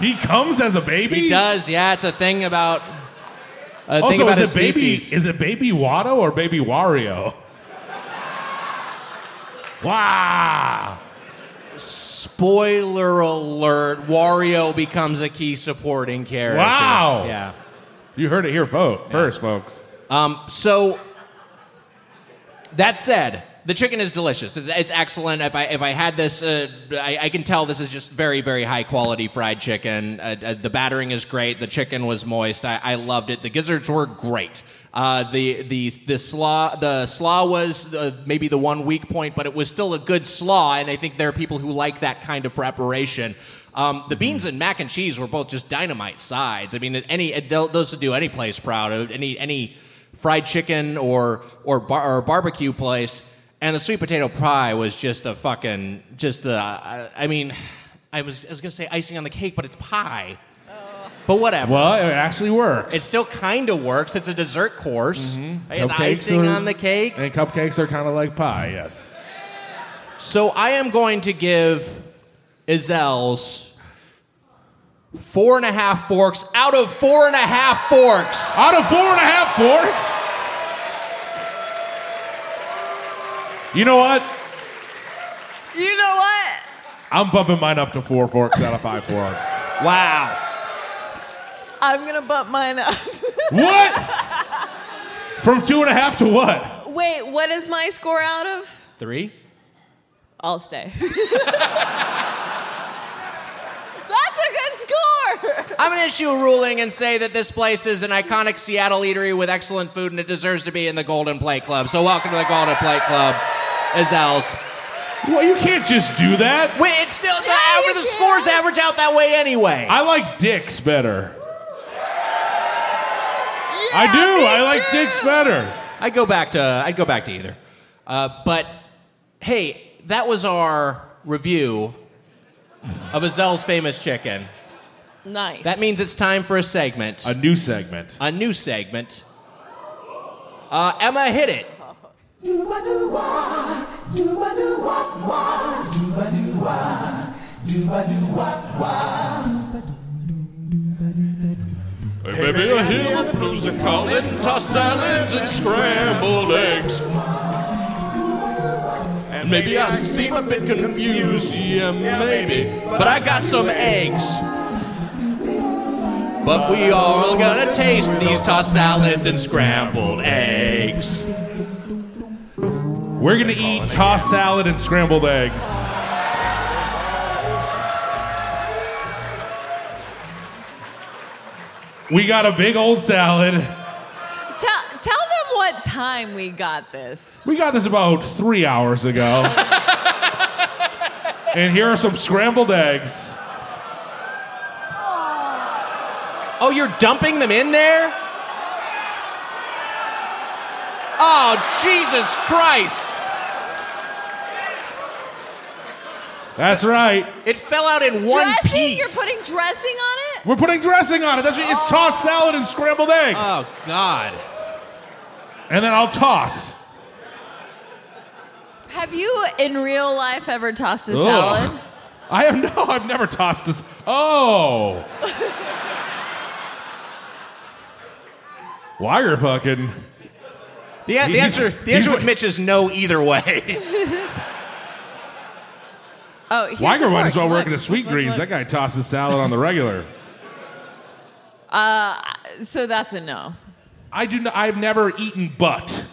A: He comes as a baby.
D: He does. Yeah, it's a thing about. A thing
A: Also,
D: about
A: is
D: a
A: it baby?
D: species.
A: Is it baby Watto or baby Wario? Wow.
D: Spoiler alert: Wario becomes a key supporting character.
A: Wow.
D: Yeah.
A: You heard it here, vote first, folks.
D: Um. So
J: That said, the chicken is delicious. It's, it's excellent. If I if I had this, uh, I, I can tell this is just very very high quality fried chicken. Uh, uh, the battering is great. The chicken was moist. I, I loved it. The gizzards were great. Uh, the the the slaw the slaw was uh, maybe the one weak point, but it was still a good slaw. And I think there are people who like that kind of preparation. Um, the beans and mac and cheese were both just dynamite sides. I mean, any those would do any place proud. Any any fried chicken or or, bar, or barbecue place, and the sweet potato pie was just a fucking just the. I, I mean, I was I was gonna say icing on the cake, but it's pie. But whatever.
A: Well, it actually works.
J: It still kind of works. It's a dessert course. I had the
A: Cupcakes
J: icing
A: are-
J: on the cake.
A: and cupcakes are kind of like pie, yes.
J: So I am going to give Izels four and a half forks out of four and a half forks.
A: Out of four and a half forks? You know what?
E: You know what?
A: I'm bumping mine up to four forks out of five forks.
J: Wow.
E: I'm gonna bump mine up.
A: What? From two and a half to what?
E: Wait, what is my score out of?
J: Three?
E: I'll stay. That's a good score.
J: I'm going to issue a ruling and say that this place is an iconic Seattle eatery with excellent food and it deserves to be in the Golden Plate Club. So welcome to the Golden Plate Club, Izels.
A: Well, you can't just do that.
J: Wait, it's still
E: Yeah,
J: aver-
E: you
J: the
E: can.
J: scores average out that way anyway.
A: I like dicks better. I do. I like dicks better.
J: I'd go back to I'd go back to either. Uh, but hey, that was our review of Azel's famous chicken.
E: Nice.
J: That means it's time for a segment,
A: A
J: a,
A: new segment.
J: new segment. Uh, Emma, hit it.
N: Maybe I hear the blues are calling, tossed salads and scrambled eggs. And maybe I seem a bit confused, yeah, maybe.
J: But I got some eggs. But we all gonna taste these tossed salads and scrambled eggs.
A: We're gonna eat tossed salad and scrambled eggs. We got a big old salad.
E: tell tell them what time we got this.
A: We got this about three hours ago. and here are some scrambled eggs.
J: Oh, you're dumping them in there? Oh, Jesus Christ!
A: That's right.
J: It fell out in one
E: dressing?
J: piece.
E: You're putting dressing on it?
A: We're putting dressing on it. That's right. It's tossed salad and scrambled eggs.
J: oh God!
A: And then I'll toss.
E: Have you in real life ever tossed a
A: Ugh.
E: salad?
A: I have no, I've never tossed this. Oh. Wire fucking.
J: The, the
A: He's-
J: answer, the
A: he's
J: answer with
A: wa-
J: Mitch is no either way.
E: Oh, here's
A: Weiger
E: the
A: might as
E: fork.
A: well work
E: Look,
A: at a sweet
E: look,
A: greens. That
E: look.
A: guy tosses salad on the regular.
E: So that's a no.
A: I do. Not, I've never eaten butt.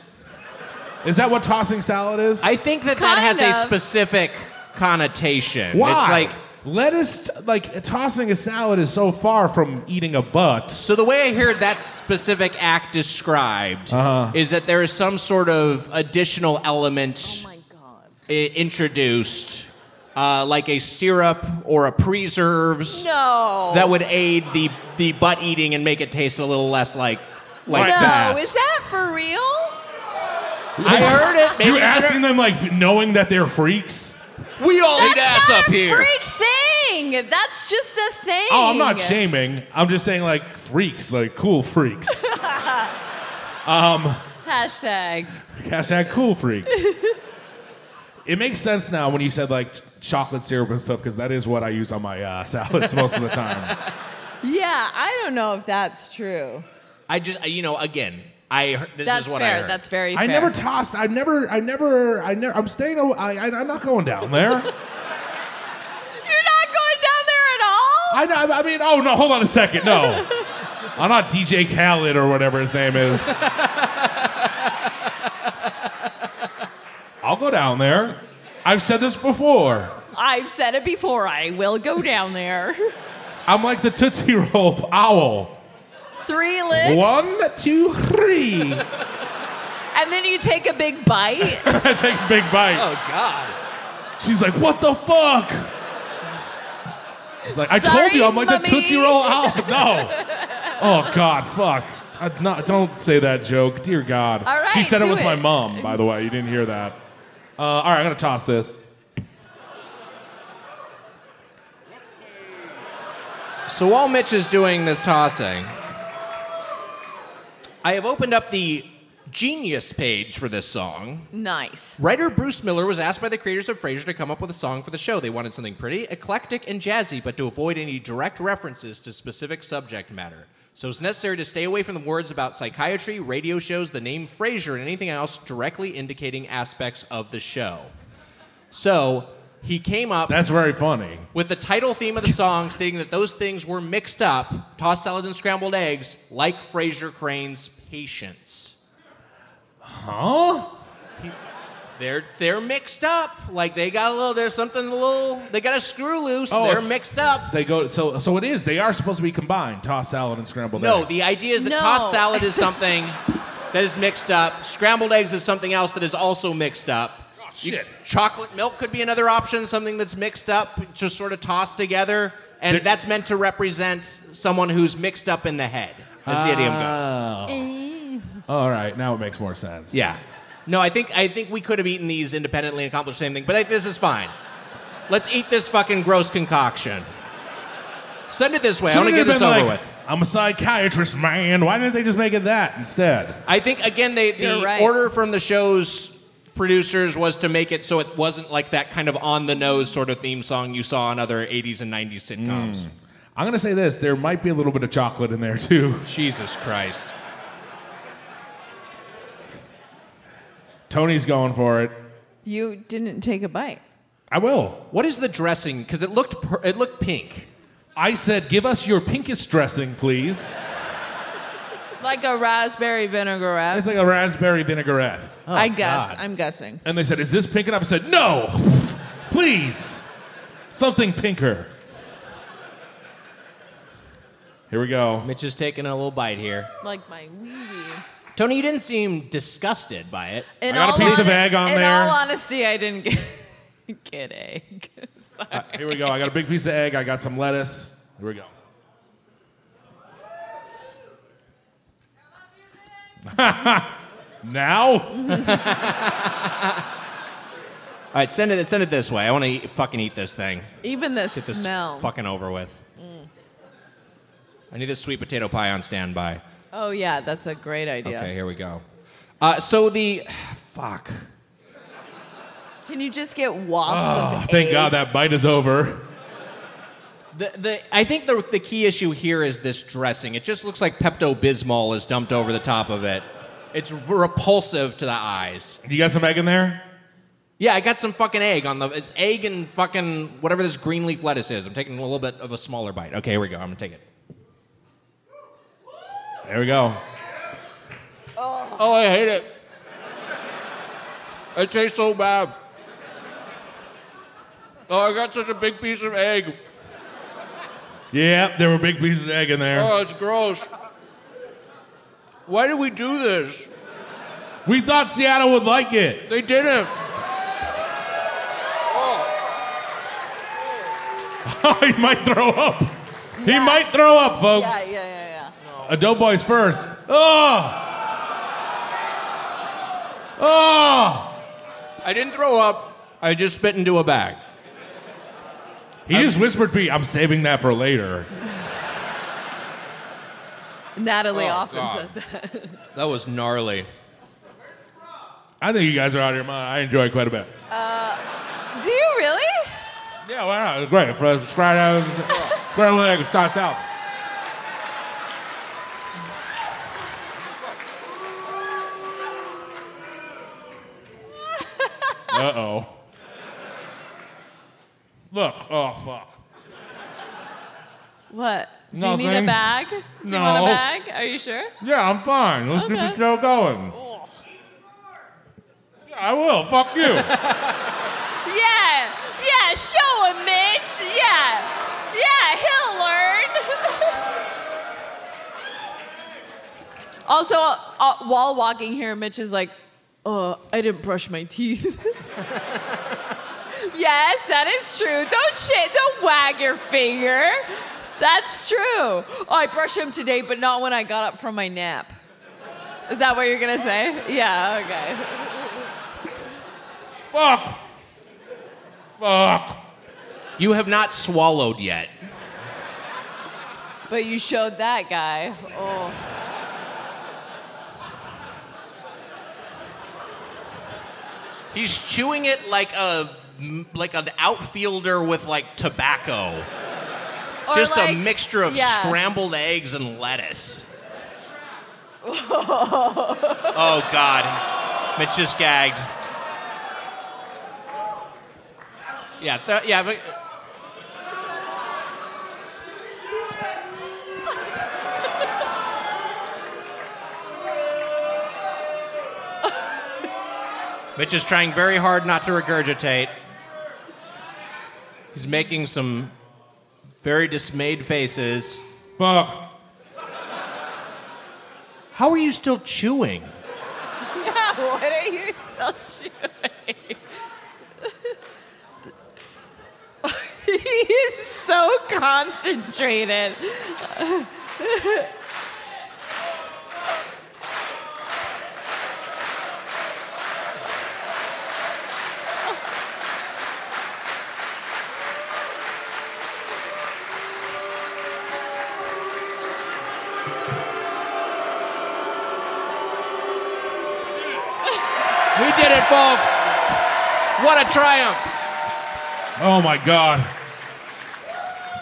A: Is that what tossing salad is?
J: I think that that
E: Kind
J: has
E: of.
J: a specific connotation.
A: Why?
J: It's like
A: lettuce. Like tossing a salad is so far from eating a butt.
J: so. The way I hear that specific act described is that there is some sort of additional element
E: Oh my god.
J: i- introduced, uh, like a syrup or a preserves.
E: No.
J: that would aid the the butt eating and make it taste a little less like like
E: no,
J: that.
E: is that for real?
J: I heard it. Maybe
A: You're
J: it's
A: asking
J: her-
A: them like knowing that they're freaks.
J: We all
E: That's
J: eat ass
E: not
J: up
E: a
J: here.
E: freak thing. That's just a thing.
A: Oh, I'm not shaming. I'm just saying like freaks, like cool freaks.
E: Hashtag.
A: Hashtag cool freaks. it makes sense now when you said like ch- chocolate syrup and stuff because that is what I use on my uh, salads most of the time.
E: Yeah, I don't know if that's true.
J: I just you know again. I heard, this
E: that's
J: is what I
E: fair.
J: heard.
E: That's very fair.
A: I never tossed. I never. I never. I never. I'm staying. aw- I, I, I'm not going down there.
E: You're not going down there at all?
A: I, know- I mean, oh no, hold on a second. No, I'm not DJ Khaled or whatever his name is. down there. I've said this before.
D: I've said it before. I will go down there.
A: I'm like the Tootsie Roll owl.
D: Three licks.
A: One, two, three.
D: And then you take a big bite.
A: I take a big bite.
J: Oh God.
A: She's like, what the fuck? She's like, I
D: Sorry,
A: told you, I'm like
D: mummy."
A: the Tootsie Roll owl. No. Oh God, fuck. I, no, don't say that joke, dear God.
D: All right,
A: she said it
D: do
A: was my
D: it.
A: mom, by the way. You didn't hear that. Uh, all right, I'm gonna toss this.
J: So while Mitch is doing this tossing, I have opened up the genius page for this song.
D: Nice.
J: Writer Bruce Miller was asked by the creators of Frasier to come up with a song for the show. They wanted something pretty, eclectic, and jazzy, but to avoid any direct references to specific subject matter. So it's necessary to stay away from the words about psychiatry, radio shows, the name Frasier, and anything else directly indicating aspects of the show. So he came up
A: That's very funny.
J: with the title theme of the song stating that those things were mixed up, tossed salad and scrambled eggs, like Fraser Crane's patients.
A: Huh?
J: They're they're mixed up. Like they got a little there's something a little they got a screw loose.
A: Oh,
J: they're
A: it's-
J: mixed up.
A: They go so so it is. They are supposed to be combined. Toss salad and scrambled
J: No,
A: eggs.
J: the idea is that
D: No.
J: tossed salad is something that is mixed up. Scrambled eggs is something else that is also mixed up.
A: shit.
J: Chocolate milk could be another option, something that's mixed up, just sort of tossed together. And that's meant to represent someone who's mixed up in the head, as the idiom
A: Ah.
J: goes.
A: All right, now it makes more sense.
J: Yeah. No, I think I think we could have eaten these independently and accomplished the same thing, but I, this is fine. Let's eat this fucking gross concoction. Send it this way. I want to get
A: Shouldn't it have
J: this
A: been
J: over
A: like,
J: with.
A: I'm a psychiatrist, man. Why didn't they just make it that instead?
J: I think again, they, the
D: You're right.
J: order from the show's producers was to make it so it wasn't like that kind of on the nose sort of theme song you saw on other 80s and 90s sitcoms.
A: I'm gonna say this: there might be a little bit of chocolate in there too.
J: Jesus Christ.
A: Tony's going for it.
E: You didn't take a bite.
A: I will.
J: What is the dressing? Because it looked per- it looked pink.
A: I said, give us your pinkest dressing, please.
E: Like a raspberry vinaigrette.
A: It's like a raspberry vinaigrette.
J: oh,
E: I guess. I'm guessing.
A: And they said, is this pink? And I said, no, please, something pinker. Here we go.
J: Mitch is taking a little bite here.
E: Like my weenie.
J: Tony, you didn't seem disgusted by it.
E: In
A: I got a
E: all
A: piece of egg on
E: in
A: there.
E: all honesty, I didn't get, get egg. Sorry.
J: Uh,
A: Here we go. I got a big piece of egg. I got some lettuce. Here we go. now?
J: All right, send it. Send it this way. I want to fucking eat this thing.
E: Even the
J: Get this
E: smell.
J: fucking over with. I need a sweet potato pie on standby.
E: oh yeah, that's a great idea.
J: Okay, here we go. Uh, so the fuck.
E: Can you just get wafts of
A: Thank
E: egg?
A: God that bite is over.
J: The, the, I think the, the key issue here is this dressing. It just looks like Pepto Bismol is dumped over the top of it. It's repulsive to the eyes.
A: You got some egg in there?
J: Yeah, I got some fucking egg on the. It's egg and fucking whatever this green leaf lettuce is. I'm taking a little bit of a smaller bite. Okay, here we go. I'm gonna take it.
A: There we go.
J: Oh, I hate it. It tastes so bad. Oh, I got such a big piece of egg.
A: Yep, there were big pieces of egg in there.
J: Oh, it's gross. Why did we do this?
A: We thought Seattle would like it.
J: They didn't.
A: he might throw up. He might throw up, folks.
E: Yeah, yeah, yeah,
A: A Doughboys first. Oh! Oh!
J: I didn't throw up. I just spit into a bag.
A: He just whispered to me, I'm saving that for later.
E: yeah. Natalie
J: Oh,
E: often
J: God.
E: says that.
J: That was gnarly.
A: I think you guys are out of your mind. I enjoy it quite a bit.
E: Do you really?
A: Yeah, why not? Great. For us, fried out, fried leg, starts out. Uh oh. Look. Oh fuck.
D: What? Do you need
A: Nothing.
D: a bag? Do you want
A: No.
D: a bag? Are you sure?
A: Yeah, I'm fine. Let's get the
D: Okay.
A: show going. Yeah, I will. Fuck you.
E: Yeah, yeah, show him, Mitch. Yeah, yeah, he'll learn.
O: Also, uh, while walking here, Mitch is like, "Uh, I didn't brush my teeth."
E: yes, that is true. Don't shit, don't wag your finger. That's true. Oh,
O: I brushed them today, but not when I got up from my nap.
E: Is that what you're gonna say? Yeah, okay.
A: Fuck. Fuck.
J: You have not swallowed yet.
O: But you showed that guy. Oh.
J: He's chewing it like a like an outfielder with like tobacco.
E: Or
J: Just
E: like-
J: a mixture of
E: yeah.
J: scrambled eggs and lettuce. Oh God, Mitch just gagged. Yeah, th- yeah, but Mitch is trying very hard not to regurgitate. He's making some very dismayed faces.
A: Fuck.
J: How are you still chewing?
E: yeah, what are you still chewing? He's so concentrated.
J: We did it, folks. What a triumph.
A: Oh my God.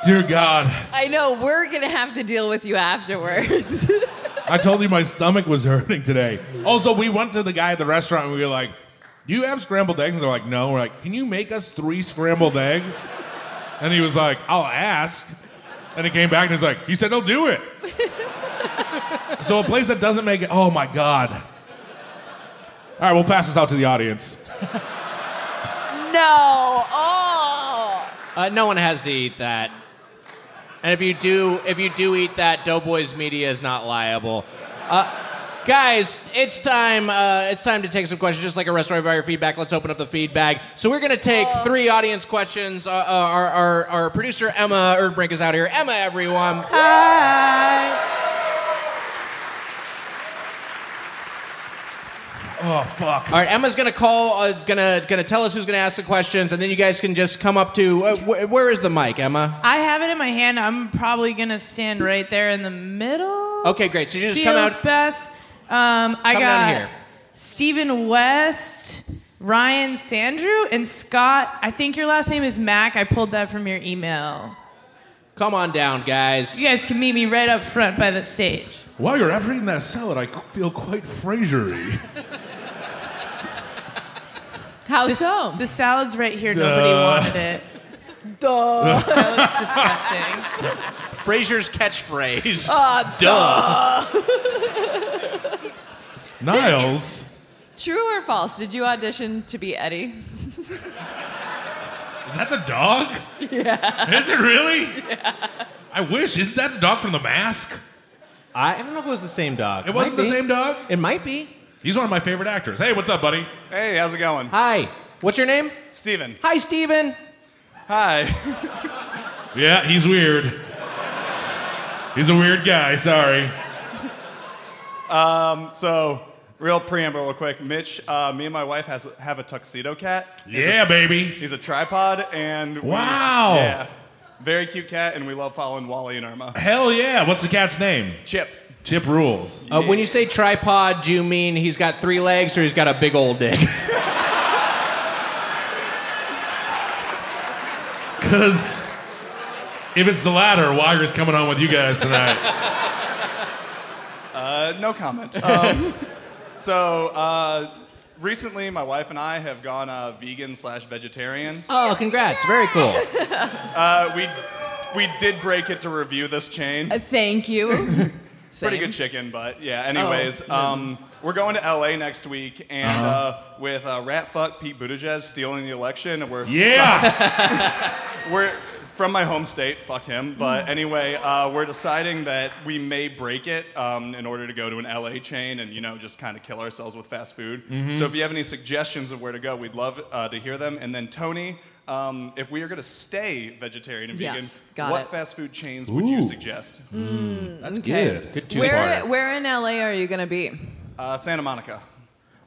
A: Dear God.
O: I know we're gonna have to deal with you afterwards.
A: I told you my stomach was hurting today. Also, we went to the guy at the restaurant and we were like, Do you have scrambled eggs? And they're like, No. We're like, Can you make us three scrambled eggs? And he was like, I'll ask. And he came back and he's like, He said, Don't do it. so a place that doesn't make it, oh my God. All right, we'll pass this out to the audience.
E: No. Oh.
J: Uh, no one has to eat that. And if you do, if you do eat that, Doughboys Media is not liable. Uh, guys, it's time. Uh, it's time to take some questions, just like a restaurant via feedback. Let's open up the feedback. So we're gonna take three audience questions. Uh, uh, our, our our producer Emma Erdbrink is out here. Emma, everyone. Hi.
A: Oh, fuck.
J: All right, Emma's gonna call. Uh, gonna gonna tell us who's gonna ask the questions, and then you guys can just come up to. Uh, wh- where is the mic, Emma?
P: I have it in my hand. I'm probably gonna stand right there in the middle.
J: Okay, great. So you just
P: Feels
J: come out.
P: best. Um, I
J: Come
P: got
J: down here.
P: Stephen West, Ryan Sandrew, and Scott. I think your last name is Mac. I pulled that from your email.
J: Come on down, guys.
P: You guys can meet me right up front by the stage.
A: While you're after eating that salad, I feel quite Frasier
P: How so? The salad's right here.
A: Duh.
P: Nobody wanted it. Duh. that looks disgusting.
J: Frasier's catchphrase.
E: Ah,
A: Niles.
O: True or false? Did you audition to be Eddie?
A: Is that the dog? Yeah. Is it really? I wish. Isn't that the dog from The Mask?
J: I don't know if it was the same dog.
A: It wasn't
J: Might
A: the
J: be.
A: same dog?
J: It might be.
A: He's one of my favorite actors. Hey, what's up, buddy?
Q: Hey, how's it going?
J: Hi. What's your name?
Q: Steven.
J: Hi, Steven.
Q: Hi.
A: Yeah, he's weird. He's a weird guy, sorry.
Q: Um, so, real preamble, real quick. Mitch, uh, me and my wife has have a tuxedo cat.
A: Yeah,
Q: a,
A: baby.
Q: He's a tripod, and we-
A: Wow.
Q: yeah, very cute cat, and we love following Wally and Irma.
A: Hell yeah. What's the cat's name?
Q: Chip.
A: Chip rules.
J: Uh, when you say tripod, do you mean he's got three legs or he's got a big old dick?
A: Because if it's the latter, Wagner's coming on with you guys tonight.
Q: Uh, no comment. Um, so, uh, recently, my wife and I have gone uh, vegan slash vegetarian.
J: oh, congrats. Very cool.
Q: Uh, we we did break it to review this chain.
O: Uh, thank you.
J: Pretty
E: Same.
J: good chicken, but yeah. Anyways,
E: Oh,
J: um, we're going to LA next week, and
E: Uh-huh.
J: uh with uh, rat fuck Pete Buttigieg stealing the election, we're
A: Yeah!
J: we're from my home state. Fuck him.
E: Mm.
J: But anyway, uh, we're deciding that we may break it um, in order to go to an LA chain and you know just kind of kill ourselves with fast food.
E: Mm-hmm.
R: Mhm.
J: So if you have any suggestions of where to go, we'd love uh, to hear them. And then Tony. Um, if we are going to stay vegetarian and vegan,
E: Yes, got
J: what
E: it.
J: fast food chains would you
A: Ooh.
J: suggest?
E: That's okay. good. Where, where in LA are you going to be?
J: Uh, Santa Monica.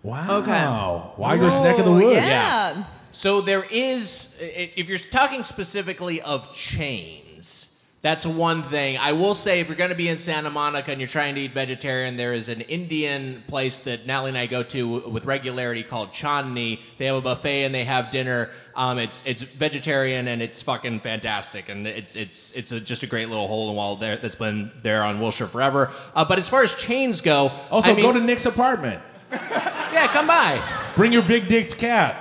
A: Wow.
E: Okay.
A: Weiger's neck of the woods.
E: Yeah.
D: So there is, i- if you're talking specifically of chains, that's one thing. I will say, if you're going to be in Santa Monica and you're trying to eat vegetarian, there is an Indian place that Natalie and I go to with regularity called Chandni. They have a buffet and they have dinner. Um, it's it's vegetarian and it's fucking fantastic. And it's it's it's a, just a great little hole in the wall there that's been there on Wilshire forever. Uh, but as far as chains go,
A: Also,
D: I mean-
A: go to Nick's apartment.
D: yeah, come by.
A: Bring your big dicked cat.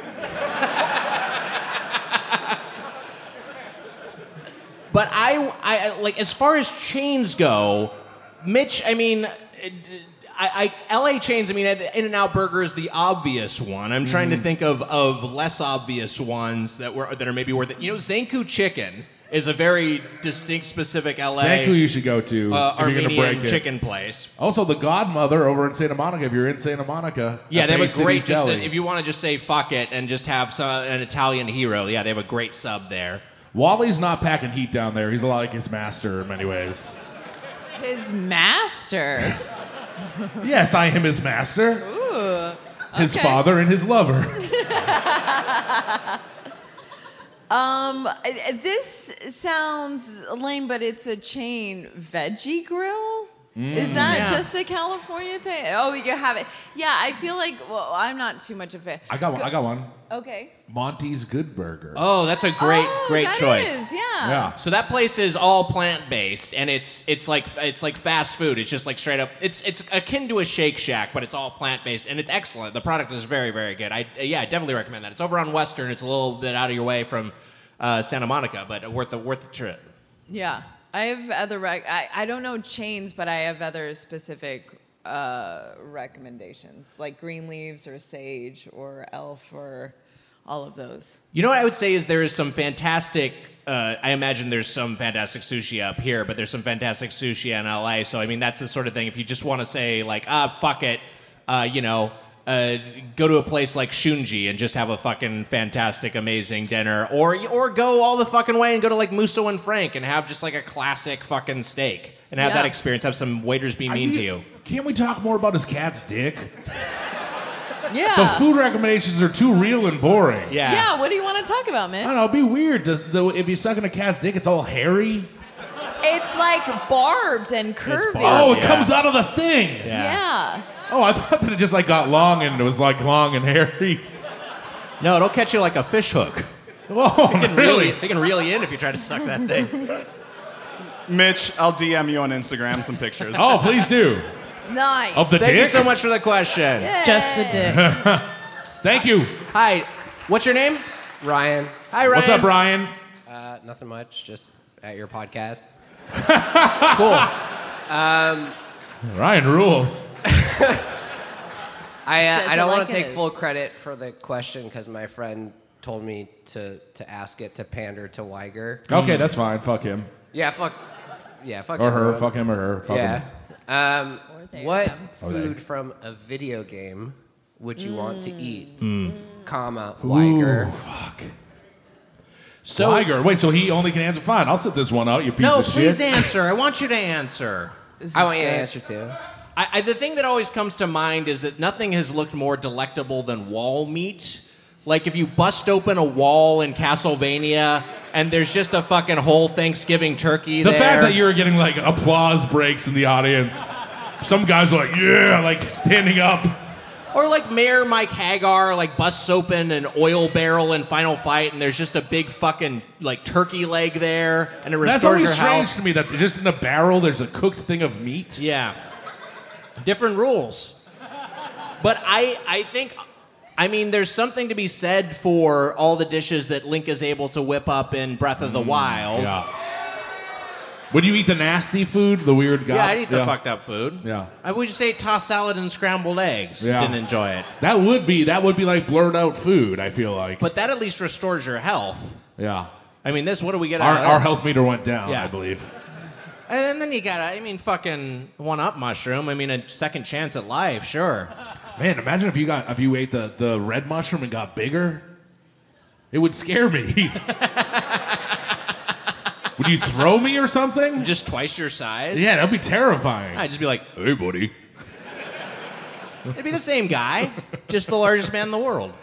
D: But I, I I- like as far as chains go, Mitch. I mean, it- I, I L.A. chains. I mean, In and Out Burger is the obvious one. I'm trying to
P: Mhm.
D: think of of less obvious ones that were that are maybe worth it. You know, Zanku Chicken is a very distinct, specific L.A.
A: Zanku you should go to
D: uh,
A: if you're gonna
D: Armenian
A: break it.
D: chicken place.
A: Also, the Godmother over in Santa Monica. If you're in Santa Monica,
D: Yeah,
A: at
D: they have
A: Bay
D: a
A: City
D: great. Just, uh,
A: Deli.
D: if you want to just say fuck it and just have some, an Italian hero, yeah, they have a great sub there.
A: Wally's not packing heat down there. He's a lot like his master in many ways.
S: His master.
A: yes, I am his master,
S: Ooh.
A: his
S: okay.
A: father, and his lover.
E: Um, I- I- this sounds lame, but it's a chain veggie grill. Is
A: Mm.
E: that
A: Yeah.
E: just a California thing? Oh, you have it. Yeah, I feel like. Well, I'm not too much of a.
A: I got one. I got one.
E: Okay.
A: Monty's Good Burger.
D: Oh, that's a great, great
E: that
D: choice.
E: is, yeah. Yeah.
D: So that place is all plant based, and it's it's like it's like fast food. It's just like straight up. It's it's akin to a Shake Shack, but it's all plant based, and it's excellent. The product is very, very good. I yeah, I definitely recommend that. It's over on Western. It's a little bit out of your way from uh, Santa Monica, but worth the worth the trip.
E: Yeah, I have other. Rec- I I don't know chains, but I have other specific uh, recommendations, like green leaves or sage or elf or all of those.
D: You know what I would say is there is some fantastic. Uh, I imagine there's some fantastic sushi up here, but there's some fantastic sushi in LA. So I mean, that's the sort of thing. If you just want to say like, ah, fuck it, uh, you know, uh, go to a place like Shunji and just have a fucking fantastic, amazing dinner, or or go all the fucking way and go to like Musso and Frank and have just like a classic fucking steak and have
A: Yeah.
D: that experience. Have some waiters be
A: I
D: mean
A: need-
D: to you.
A: Can't we talk more about his cat's dick?
S: Yeah.
A: The food recommendations are too real and boring.
S: Yeah, what do you want to talk about, Mitch?
A: I don't know. It'd be weird. Does, though, if you suck in a cat's dick, it's all hairy.
S: It's like barbed and curvy.
A: oh, it comes out of the thing.
S: Yeah.
A: Oh, I thought that it just like got long and it was like long and hairy.
D: No, it'll catch you like a fish hook.
A: Whoa,
D: They can
A: Oh, really?
D: really, they can reel you in if you try to suck that thing.
J: Mitch, I'll DM you on Instagram some pictures.
A: Oh, please do.
E: Nice.
A: Of the
D: Thank you
A: dick?
D: so much for the question.
E: Yay. Just the
A: dick. Thank you.
D: Hi, what's your name?
P: Ryan.
D: Hi, Ryan.
A: What's up, Ryan?
P: Uh, nothing much. Just at your podcast.
D: cool.
P: Um,
A: Ryan rules.
P: I, uh,
D: Says
P: I don't
D: it
P: want
D: like
P: to
D: it
P: take
D: is.
P: full credit for the question because my friend told me to, to ask it to pander to Weiger.
A: Okay, that's fine. Fuck him.
P: Yeah, fuck. Yeah, fuck
A: Or her,
P: everyone.
A: fuck him or her, fuck
P: yeah.
A: him.
P: Um, what
A: Or they.
P: food from a video game would you want to eat?
A: Mm.
P: Comma
A: Ooh,
P: Weiger.
A: fuck.
D: So-
A: Tiger. Wait, so he only can answer? Fine, I'll sit this one out. You piece
D: no,
A: of shit.
D: please answer. I want you to answer.
P: I want you to answer too.
D: I, I, the thing that always comes to mind is that nothing has looked more delectable than wall meat. Like if you bust open a wall in Castlevania and there's just a fucking whole Thanksgiving turkey
A: The
D: there.
A: fact that you're getting like applause breaks in the audience. Some guys are like, yeah, like standing up.
D: Or like Mayor Mike Hagar, like busts open an oil barrel in Final Fight, and there's just a big fucking like turkey leg there, and it
A: That's
D: restores
A: always
D: your
A: strange
D: house.
A: to me that just in a barrel there's a cooked thing of meat.
D: Yeah, different rules. But I, I think, I mean, there's something to be said for
A: Mm,
D: all the dishes that Link is able to whip up in Breath of the Wild.
A: yeah. Would you eat the nasty food, the weird guy?
D: Yeah, I'd eat the fucked up food.
A: Yeah.
D: I would just ate tossed salad and scrambled eggs.
A: Yeah.
D: Didn't enjoy it.
A: That would be that would be like blurred out food. I feel like.
D: But that at least restores your health.
A: yeah.
D: I mean, this. What do we get?
A: Our,
D: out of
A: our
D: this?
A: health meter went down.
D: Yeah.
A: I believe.
D: And then you gotta. I mean, fucking one up mushroom. I mean, a second chance at life. Sure.
A: Man, imagine if you got if you ate the the red mushroom and got bigger. It would scare me. would you throw me or something?
D: Just twice your size.
A: Yeah, that'd be terrifying.
D: I'd just be like,
A: "Hey, buddy."
D: It'd be the same guy, just the largest man in the world.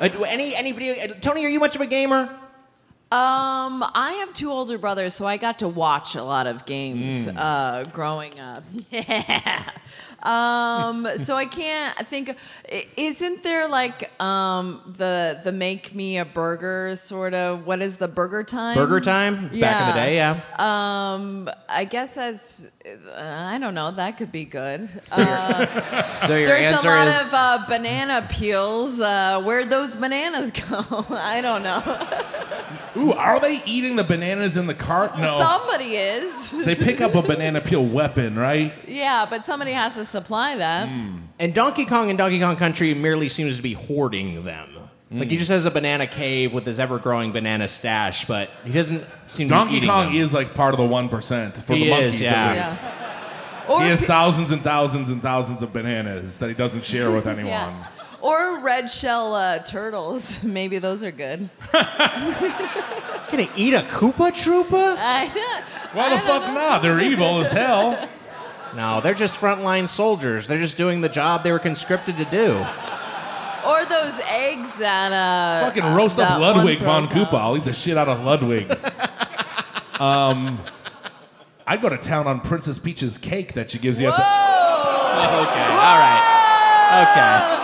D: Uh, do any any video? uh, Tony, are you much of a gamer?
E: Um, I have two older brothers, so I got to watch a lot of games
T: Mm.
E: uh, growing up. Yeah. Um, so I can't I think. i- Isn't there like um the the make me a burger sort of? What is the burger time?
D: Burger Time? It's back in the day, yeah.
E: Um, I guess that's. uh, I don't know. That could be good. Uh,
U: So your
E: there's
U: answer
E: a lot
U: is
E: of uh, banana peels. Uh, where'd those bananas go? I don't know.
A: Ooh, are they eating the bananas in the cart? No.
E: Somebody is.
A: they pick up a banana peel weapon, right?
E: Yeah, but somebody has to supply that.
A: Mm.
D: And Donkey Kong and Donkey Kong Country merely seems to be hoarding them. Like
A: Hmm.
D: he just has a banana cave with his ever-growing banana stash, but he doesn't seem to be
A: Donkey
D: eating
A: Kong
D: them.
A: is like part of the one percent for
D: He
A: the
D: is,
A: monkeys
D: yeah.
A: at least.
E: Or
A: he has
E: pe-
A: thousands and thousands and thousands of bananas that he doesn't share with anyone.
E: Yeah. Or red shell uh, turtles. Maybe those are good.
D: Gonna eat a Koopa Troopa?
E: I,
A: Why the fuck not? They're evil as hell.
D: No, they're just frontline soldiers. They're just doing the job they were conscripted to do.
E: or those eggs that uh,
A: Fucking
E: uh,
A: roast
E: that
A: up
E: one
A: Ludwig von
E: throws out.
A: Koopa. I'll eat the shit out of Ludwig. um, I go to town on Princess Peach's cake that she gives you. At the-
D: okay, all right, okay.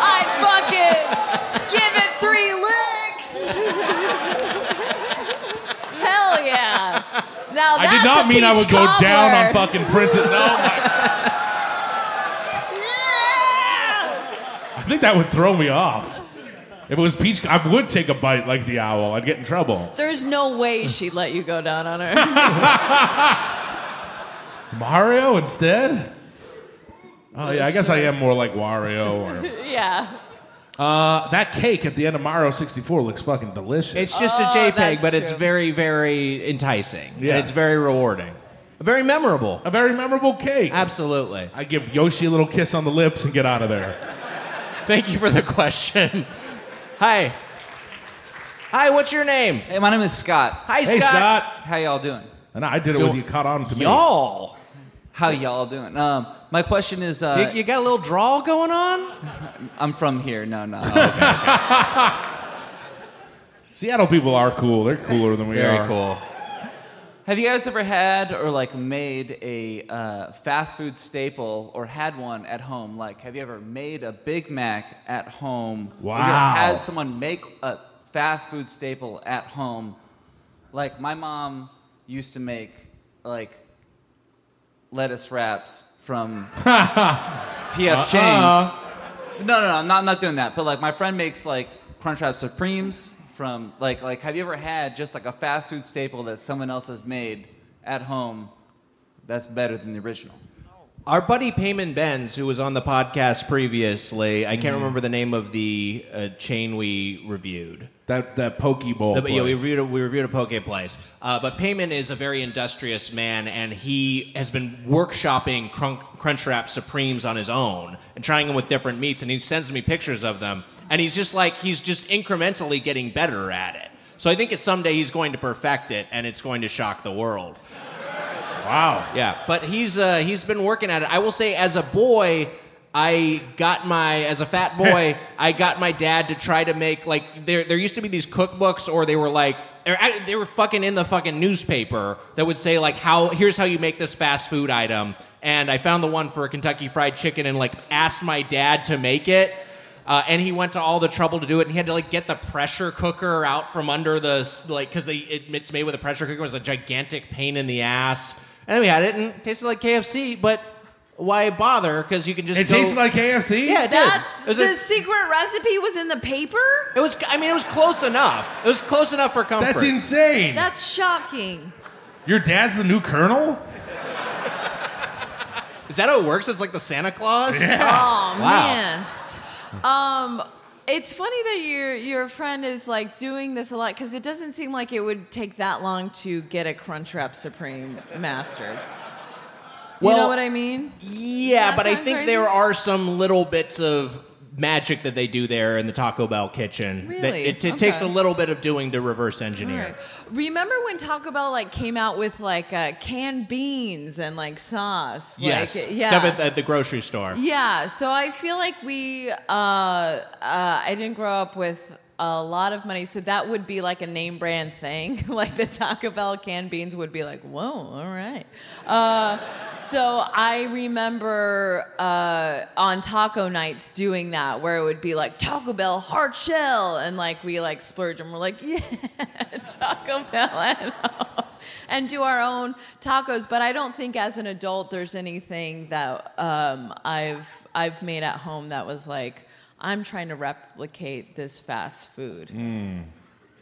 E: I fucking give it three licks.
T: Hell yeah. Now
A: I
T: that's
A: did
T: a
A: not mean I
T: peach
A: would go down
T: cobbler.
A: on fucking Princess. No. my- I think that would throw me off. If it was peach, I would take a bite like the owl. I'd get in trouble.
E: There's no way she'd let you go down on her.
A: Mario instead? Oh yeah, I guess I am more like Wario. Or,
E: yeah.
A: uh, that cake at the end of Mario 64 looks fucking delicious.
D: It's just
E: Oh,
D: a JPEG,
E: that's
D: but it's
E: true.
D: very, very enticing. And
A: Yes.
D: It's very rewarding. Very memorable.
A: A very memorable cake.
D: Absolutely.
A: I give Yoshi a little kiss on the lips and get out of there.
D: Thank you for the question. Hi. Hi, what's your name?
P: Hey, my name is Scott.
D: Hi, Hey, Scott. Scott.
P: How y'all doing?
A: And I did it
P: Doing-
A: with you caught on to me.
D: Y'all.
P: How y'all doing? Um, my question is, uh,
D: you, you got a little drawl going on?
P: I'm from here. No, no.
A: Seattle people are cool. They're cooler than we
P: Very
A: are.
P: cool. Have you guys ever had or like made a uh, fast food staple or had one at home? Like, have you ever made a Big Mac at home? Or you ever
A: Wow.
P: had someone make a fast food staple at home? Like, my mom used to make like lettuce wraps from PF Chang's.
A: Uh-uh.
P: No, no, no, I'm not, I'm not doing that. But like, my friend makes like Crunchwrap Supremes from like, like, have you ever had just like a fast food staple that someone else has made at home that's better than the original?
D: Our buddy Payman Benz, who was on the podcast previously, I can't
P: Mhm.
D: remember the name of the uh, chain we reviewed.
A: That that Pokeball.
D: The- yeah, we
A: place.
D: reviewed a, we reviewed a poke place. Uh, but Payman is a very industrious man, and he has been workshopping crunk, Crunchwrap Supremes on his own and trying them with different meats. And he sends me pictures of them, and he's just like he's just incrementally getting better at it. So I think it's someday he's going to perfect it, and it's going to shock the world.
A: Wow.
D: Yeah, but he's uh, he's been working at it. I will say, as a boy, I got my as a fat boy, I got my dad to try to make like there there used to be these cookbooks, or they were like or I- they were fucking in the fucking newspaper that would say like how here's how you make this fast food item. And I found the one for Kentucky Fried Chicken and like asked my dad to make it. Uh, and he went to all the trouble to do it, and he had to like get the pressure cooker out from under the s- like because they it, it's made with a pressure cooker it was a gigantic pain in the ass. And then we had it, and it tasted like KFC, but why bother? Because you can just
A: It
D: go-
A: tasted like KFC.
D: yeah, it did.
E: That's
D: It was,
E: the
D: a-
E: secret recipe was in the paper?
D: it was- I mean, it was close enough. It was close enough for comfort.
A: That's insane.
E: That's shocking.
A: Your dad's the new colonel?
D: Is that how it works? It's like the Santa Claus?
A: Yeah.
E: Oh
D: Wow.
E: man. Um, it's funny that your your friend is like doing this a lot because it doesn't seem like it would take that long to get a Crunchwrap Supreme mastered. you know
D: Well,
E: what I mean?
D: Yeah,
E: That
D: but I
E: sound
D: think
E: crazy?
D: there are some little bits of magic that they do there in the Taco Bell kitchen. that
E: Really?
D: it t- takes a
E: Okay.
D: little bit of doing to reverse engineer.
E: All right. Remember when Taco Bell like came out with like uh, canned beans and like sauce?
D: Yes.
E: Like, yeah.
D: Stuff at, at the grocery store.
E: Yeah, so I feel like we, uh, uh, I didn't grow up with a lot of money, so that would be like a name brand thing. like the Taco Bell canned beans would be like, whoa, all right. Uh, so I remember uh, on taco nights doing that, where it would be like Taco Bell hard shell, and like we like splurge and we're like, yeah, Taco Bell at home. And do our own tacos, but I don't think as an adult there's anything that um, I've I've made at home that was like I'm trying to replicate this fast food
A: Mm.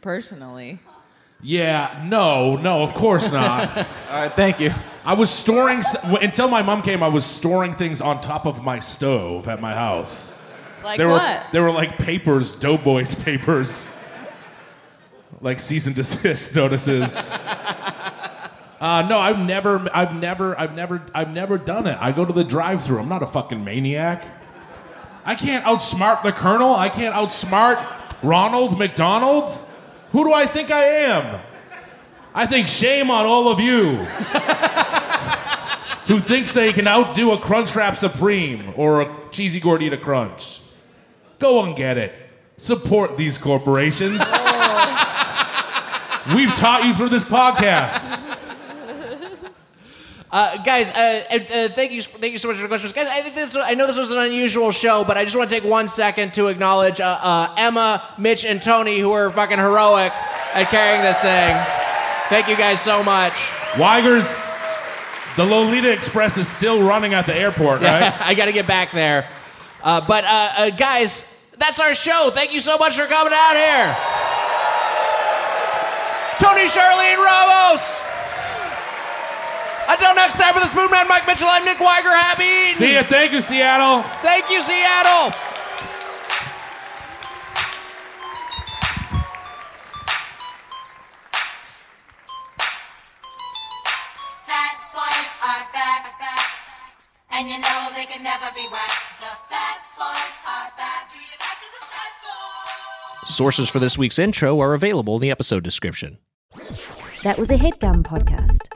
E: personally.
A: Yeah, no, no, of course not. All
J: right, thank you.
A: I was storing, s- w- until my mom came, I was storing things on top of my stove at my house.
E: Like
A: there Were,
E: what?
A: there were like papers, Doughboys papers, like cease and desist notices. Uh, no, I've never, I've never, I've never, I've never done it. I go to the drive-through. I'm not a fucking maniac. I can't outsmart the colonel. I can't outsmart Ronald McDonald. Who do I think I am? I think shame on all of you who thinks they can outdo a Crunchwrap Supreme or a cheesy gordita crunch. Go and get it. Support these corporations. We've taught you through this podcast.
D: Uh, guys, uh, uh, uh, thank you, thank you so much for the questions, guys. I think this, I know this was an unusual show, but I just want to take one second to acknowledge uh, uh, Emma, Mitch, and Tony, who are fucking heroic at carrying this thing. Thank you guys so much.
A: Weigers, the Lolita Express is still running at the airport, right?
D: I got to get back there. Uh, but uh, uh, guys, that's our show. Thank you so much for coming out here. Tony Shirley and Ramos. Until next time for the Spoon Man, Mike Mitchell. I'm Nick Weiger. Happy eating.
A: See ya. Thank you, Seattle.
D: Thank you, Seattle.
P: Fat boys are back, back, and you know they can never be whacked. The fat boys are back. Do you like the fat
V: Sources for this week's intro are available in the episode description.
W: That was a headgum podcast.